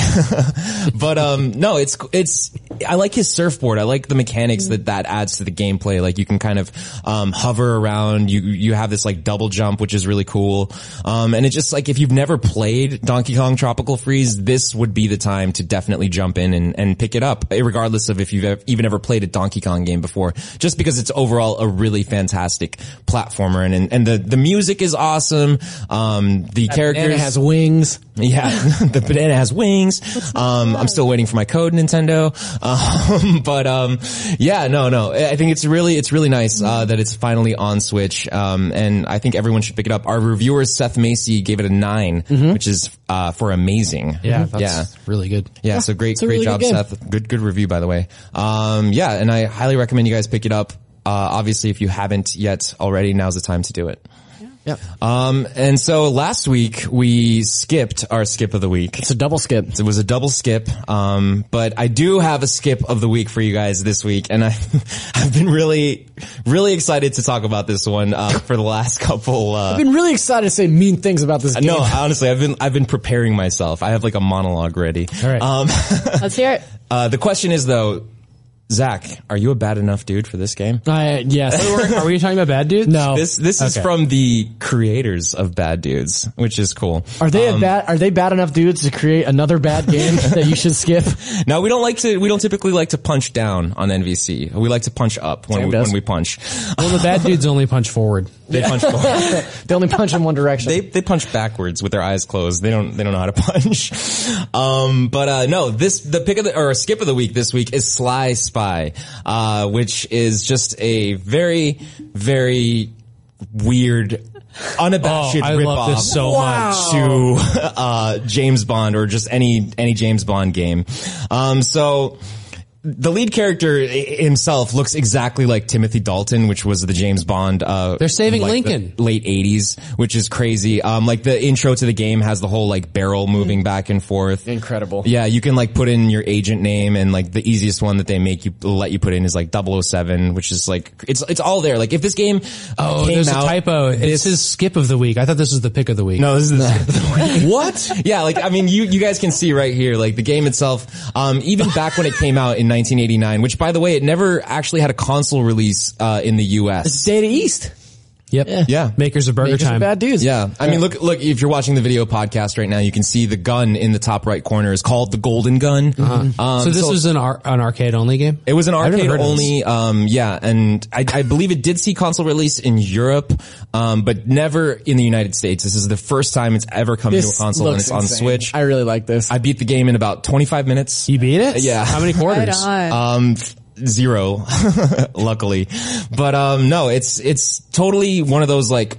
but um, no, it's it's. I like his surfboard. I like the mechanics that that adds to the gameplay. Like you can kind of um, hover around. You you have this like double jump, which is really cool. Um, and it's just like if you've never played Donkey Kong Tropical Freeze, this would be the time to definitely jump in and and pick it up, regardless of if you've ev- even ever played a Donkey Kong game before. Just because it's overall a really fantastic platformer, and and, and the the music is awesome. Um, the characters
and it has wings.
yeah, the banana has wings. Um, I'm still waiting for my code, Nintendo. Um, but um, yeah, no, no. I I think it's really, it's really nice uh, that it's finally on Switch, um, and I think everyone should pick it up. Our reviewer Seth Macy gave it a 9 which is uh, for amazing. Mm-hmm.
yeah, that's
yeah.
really good.
Yeah, so great,
a
great
really
job,
good game.
Seth. Good, good review, by the way. Um, yeah, and I highly recommend you guys pick it up. Uh, obviously, if you haven't yet already, now's the time to do it.
Yeah.
Um, and so last week we skipped our skip of the week.
It's a double skip.
It was a double skip, um, but I do have a skip of the week for you guys this week, and I, I've been really, really excited to talk about this one uh, for the last couple. Uh,
I've been really excited to say mean things about
Uh,
this game.
no, honestly, I've been I've been preparing myself. I have like a monologue ready.
All right.
Um,
Let's hear it.
uh, the question is though, Zach, are you a bad enough dude for this game?
I, Uh, yes.
Are we talking about bad dudes?
No.
This this is
Okay.
from the creators of Bad Dudes, which is cool.
Are they
um,
a bad? Are they bad enough dudes to create another bad game that you should skip?
Now we don't like to we don't typically like to punch down on NVC. We like to punch up when,
Sam
we,
does.
when we punch.
Well, the bad dudes only punch forward.
They punch forward.
They only punch in one direction.
They they punch backwards with their eyes closed. They don't they don't know how to punch. Um, but uh, no, this the pick of the or skip of the week this week is Sly Spy, uh, which is just a very very weird unabashed
Oh, I
ripoff
love this so much.
to
Oh.
uh, James Bond or just any any James Bond game. Um, so the lead character i- himself looks exactly like Timothy Dalton, which was the James Bond. Uh,
They're saving
like the
Lincoln.
late '80s, which is crazy. Um, like the intro to the game has the whole like barrel
Mm.
moving back and forth.
Incredible.
Yeah, you can like put in your agent name and like the easiest one that they make you let you put in is like 007, which is like it's it's all there. Like if this game
Oh,
came
there's
out,
a typo. This is skip of the week. I thought this was the pick of the week.
No, this is the
What?
yeah, like I mean, you you guys can see right here, like the game itself. Um, even back when it came out in 1989, which by the way, it never actually had a console release uh, in the U.S.
Data East.
Yep.
Yeah.
Makers of Burger
They're just
Time.
bad dudes.
Yeah, I mean, look, look. If you're watching the video podcast right now, you can see the gun in the top right corner is called the Golden Gun. Um,
Uh-huh. so this was an ar- an arcade only game.
It was an
I've never
arcade
heard of this.
only, um, yeah, and I, I believe it did see console release in Europe, um, but never in the United States. This is the first time it's ever come to a
This
console and
looks
it's on
insane.
Switch.
I
I,
really like this.
beat the game in about 25 minutes.
You beat it.
Yeah.
How many
Right
quarters?
on.
Um, f- zero, luckily, but um, no, it's it's totally one of those like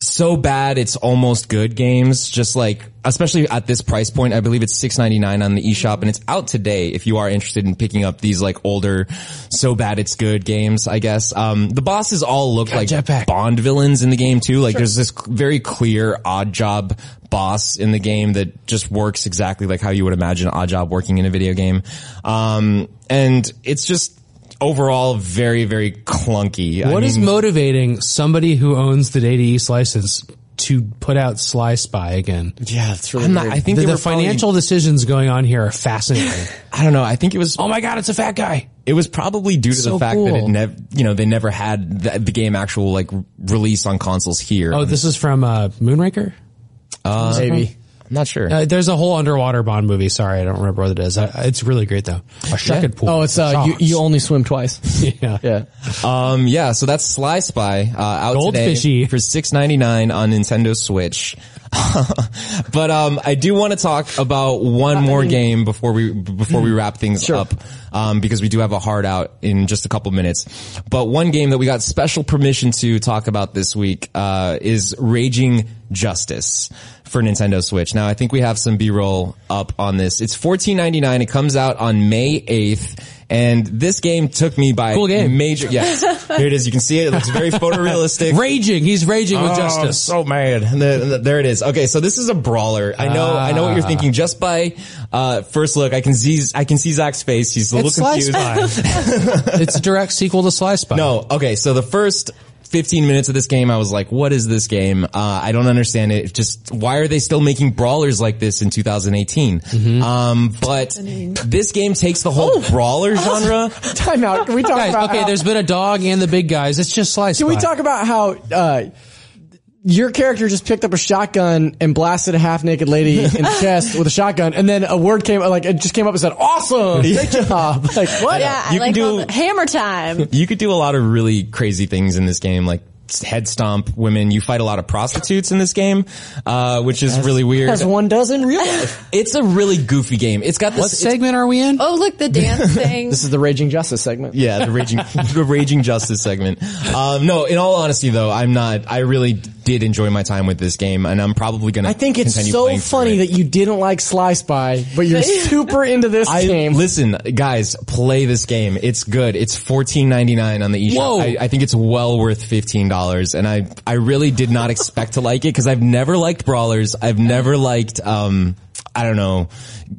so bad it's almost good games. Just like especially at this price point, I believe it's six ninety nine on the eShop, and it's out today. If you are interested in picking up these like older, so bad it's good games, I guess. Um, the bosses all look like
jetpack.
Bond villains in the game too. Like there's this c- very clear odd job boss in the game that just works exactly like how you would imagine odd job working in a video game. Um, and it's just overall very, very clunky.
What is motivating somebody who owns the Data East license to put out Sly Spy again?
yeah, that's really
I'm not,
weird.
I think
The,
they
the
were probably-
financial decisions going on here are fascinating.
I don't know. I think it was
oh my god, it's a fat guy.
it was probably due to the
So
fact that it
cool.
never, you know, they never had the, the game actual like r- release on consoles here.
Oh, this is from uh, Moonraker.
Maybe.
I'm not sure.
Uh, there's a whole underwater Bond movie. Sorry, I don't remember what it is. I, I- it's really great though. A shuck pool.
Oh, it's uh, you,
Sharks.
you only swim twice.
yeah.
yeah.
Um, yeah, so that's Sly Spy uh, out today
Goldfishy.
for six ninety nine on Nintendo Switch. but um, I do want to talk about one more game before we before we wrap things up, um, because we do have a hard out in just a couple minutes. But one game that we got special permission to talk about this week uh, is Raging Justice for Nintendo Switch. Now I think we have some B roll up on this. It's fourteen ninety nine. It comes out on May eighth. And this game took me by
Cool game.
major. Yes, here it is. You can see it. It looks very photorealistic.
Raging. He's raging with
Oh,
justice.
so mad. And the- the- there it is. Okay, so this is a brawler. I know. I know what you're thinking. Just by uh, first look, I can see. I can see Zach's face. He's a little
It's Sly
confused.
Spy. it's a direct sequel to Sly Spy.
No. Okay. So the first 15 minutes of this game, I was like, what is this game? Uh, I don't understand it. Just why are they still making brawlers like this in 2018? Um, but this game takes the whole brawler genre.
Time out. Can we talk
Guys,
about
okay,
how-
there's been a dog and the big guys. It's just Sly Spy.
Can we talk about how uh, your character just picked up a shotgun and blasted a half naked lady in the chest with a shotgun, and then a word came like it just came up and said, "Awesome, great job!" Like what?
yeah, I
You can
like
do-
all the- hammer time.
you could do a lot of really crazy things in this game, like head stomp women. You fight a lot of prostitutes in this game, uh, which is really weird.
As one does in real life.
It's a really goofy game. It's got
What
this. it's-
segment are we in?
Oh, look, the dance thing.
This is the Raging Justice segment.
yeah, the raging, the raging justice segment. Um, no, in all honesty though, I'm not. I really did enjoy my time with this game, and I'm probably gonna.
I think it's
continue
so
playing through
funny
it.
that you didn't like Sly Spy, but you're super into this
I
game.
listen, guys, play this game. It's good. It's fourteen ninety nine on the eShop.
Whoa.
I, I think it's well worth fifteen dollars, and I I really did not expect to like it because I've never liked brawlers. I've never liked um I don't know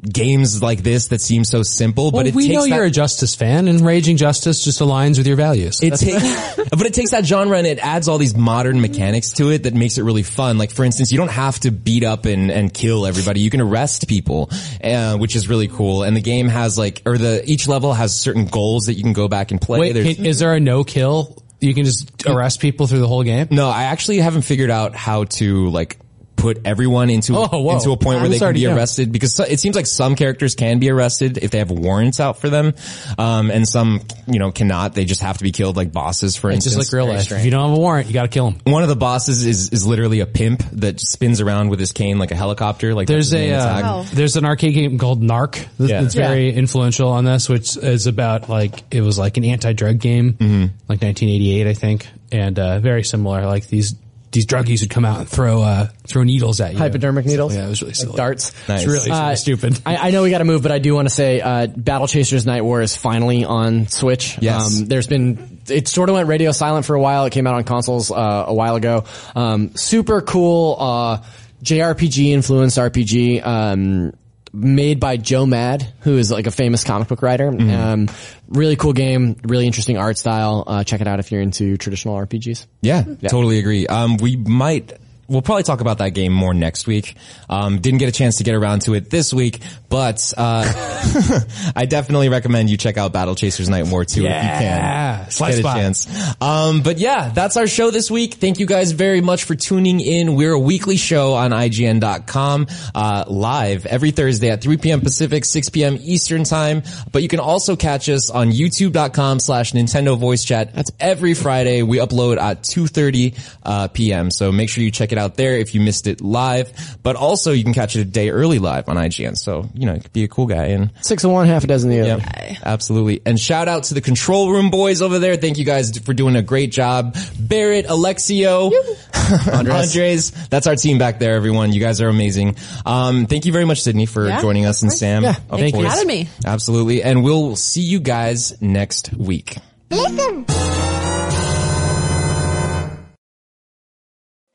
games like this that seem so simple,
Well,
but it
we
takes
know
that-
you're a justice fan, and raging justice just aligns with your values.
it takes, but it takes that genre and it adds all these modern mechanics to it that makes it really fun. Like for instance, you don't have to beat up and, and kill everybody. You can arrest people, uh, which is really cool. And the game has like, or the, each level has certain goals that you can go back and play.
Wait,
There's-
can, is there a no kill? You can just arrest people through the whole game.
no, I actually haven't figured out how to like, Put everyone into
Oh, whoa.
into a point where
I'm
they
sorry to
can be
hear.
arrested because so- it seems like some characters can be arrested if they have warrants out for them, um, and some you know cannot. They just have to be killed like bosses, for
It's
instance.
just like real
Very
life.
strange.
If you don't have a warrant, you got to kill him.
one of the bosses is is literally a pimp that spins around with his cane like a helicopter. Like
There's
that's his
a
main
uh,
attack.
Wow.
there's an arcade game called Narc that-
Yeah.
that's
Yeah.
very influential on this, which is about like it was Mm-hmm. like an anti drug game, like 1988, I think, and uh, very similar. Like these these druggies would come out and throw uh, throw needles at you.
Hypodermic needles?
Yeah, it was really silly.
darts?
It's really,
Uh,
really stupid.
I, I know we got to move, but I do want to say uh, Battle Chasers Night War is finally on Switch.
Yes.
Um, there's been it sort of went radio silent for a while. It came out on consoles uh, a while ago. Um, super cool uh, JRPG influenced RPG. Um, Made by Joe Mad, who is like a famous comic book writer. Um, really cool game, really interesting art style. Uh, check it out if you're into traditional RPGs.
Yeah, totally agree. Um, we might. We'll probably talk about that game more next week. Um, didn't get a chance to get around to it this week, but uh, I definitely recommend you check out Battle Chasers Night War 2 if you
Yeah.
can
Slice
get a
spot.
chance. Um, but yeah, that's our show this week. Thank you guys very much for tuning in. We're a weekly show on IGN.com uh, live every Thursday at 3 p.m. Pacific, 6 p.m. Eastern time. But you can also catch us on YouTube.com slash Nintendo Voice Chat. That's every Friday. We upload at 2.30 uh, p.m. So make sure you check it out there if you missed it live. But also you can catch it a day early live on IGN. So, you know, you could be a cool guy and
Six of one, half a dozen of the other.
yeah, absolutely. And shout out to the control room boys over there. Thank you guys for doing a great job. Barrett, Alexio, Andres. That's our team back there, everyone. You guys are amazing. Um, thank you very much, Sydney, for
Yeah,
joining us and Sam. Yeah,
Thank you for having me.
Absolutely. And we'll see you guys next week.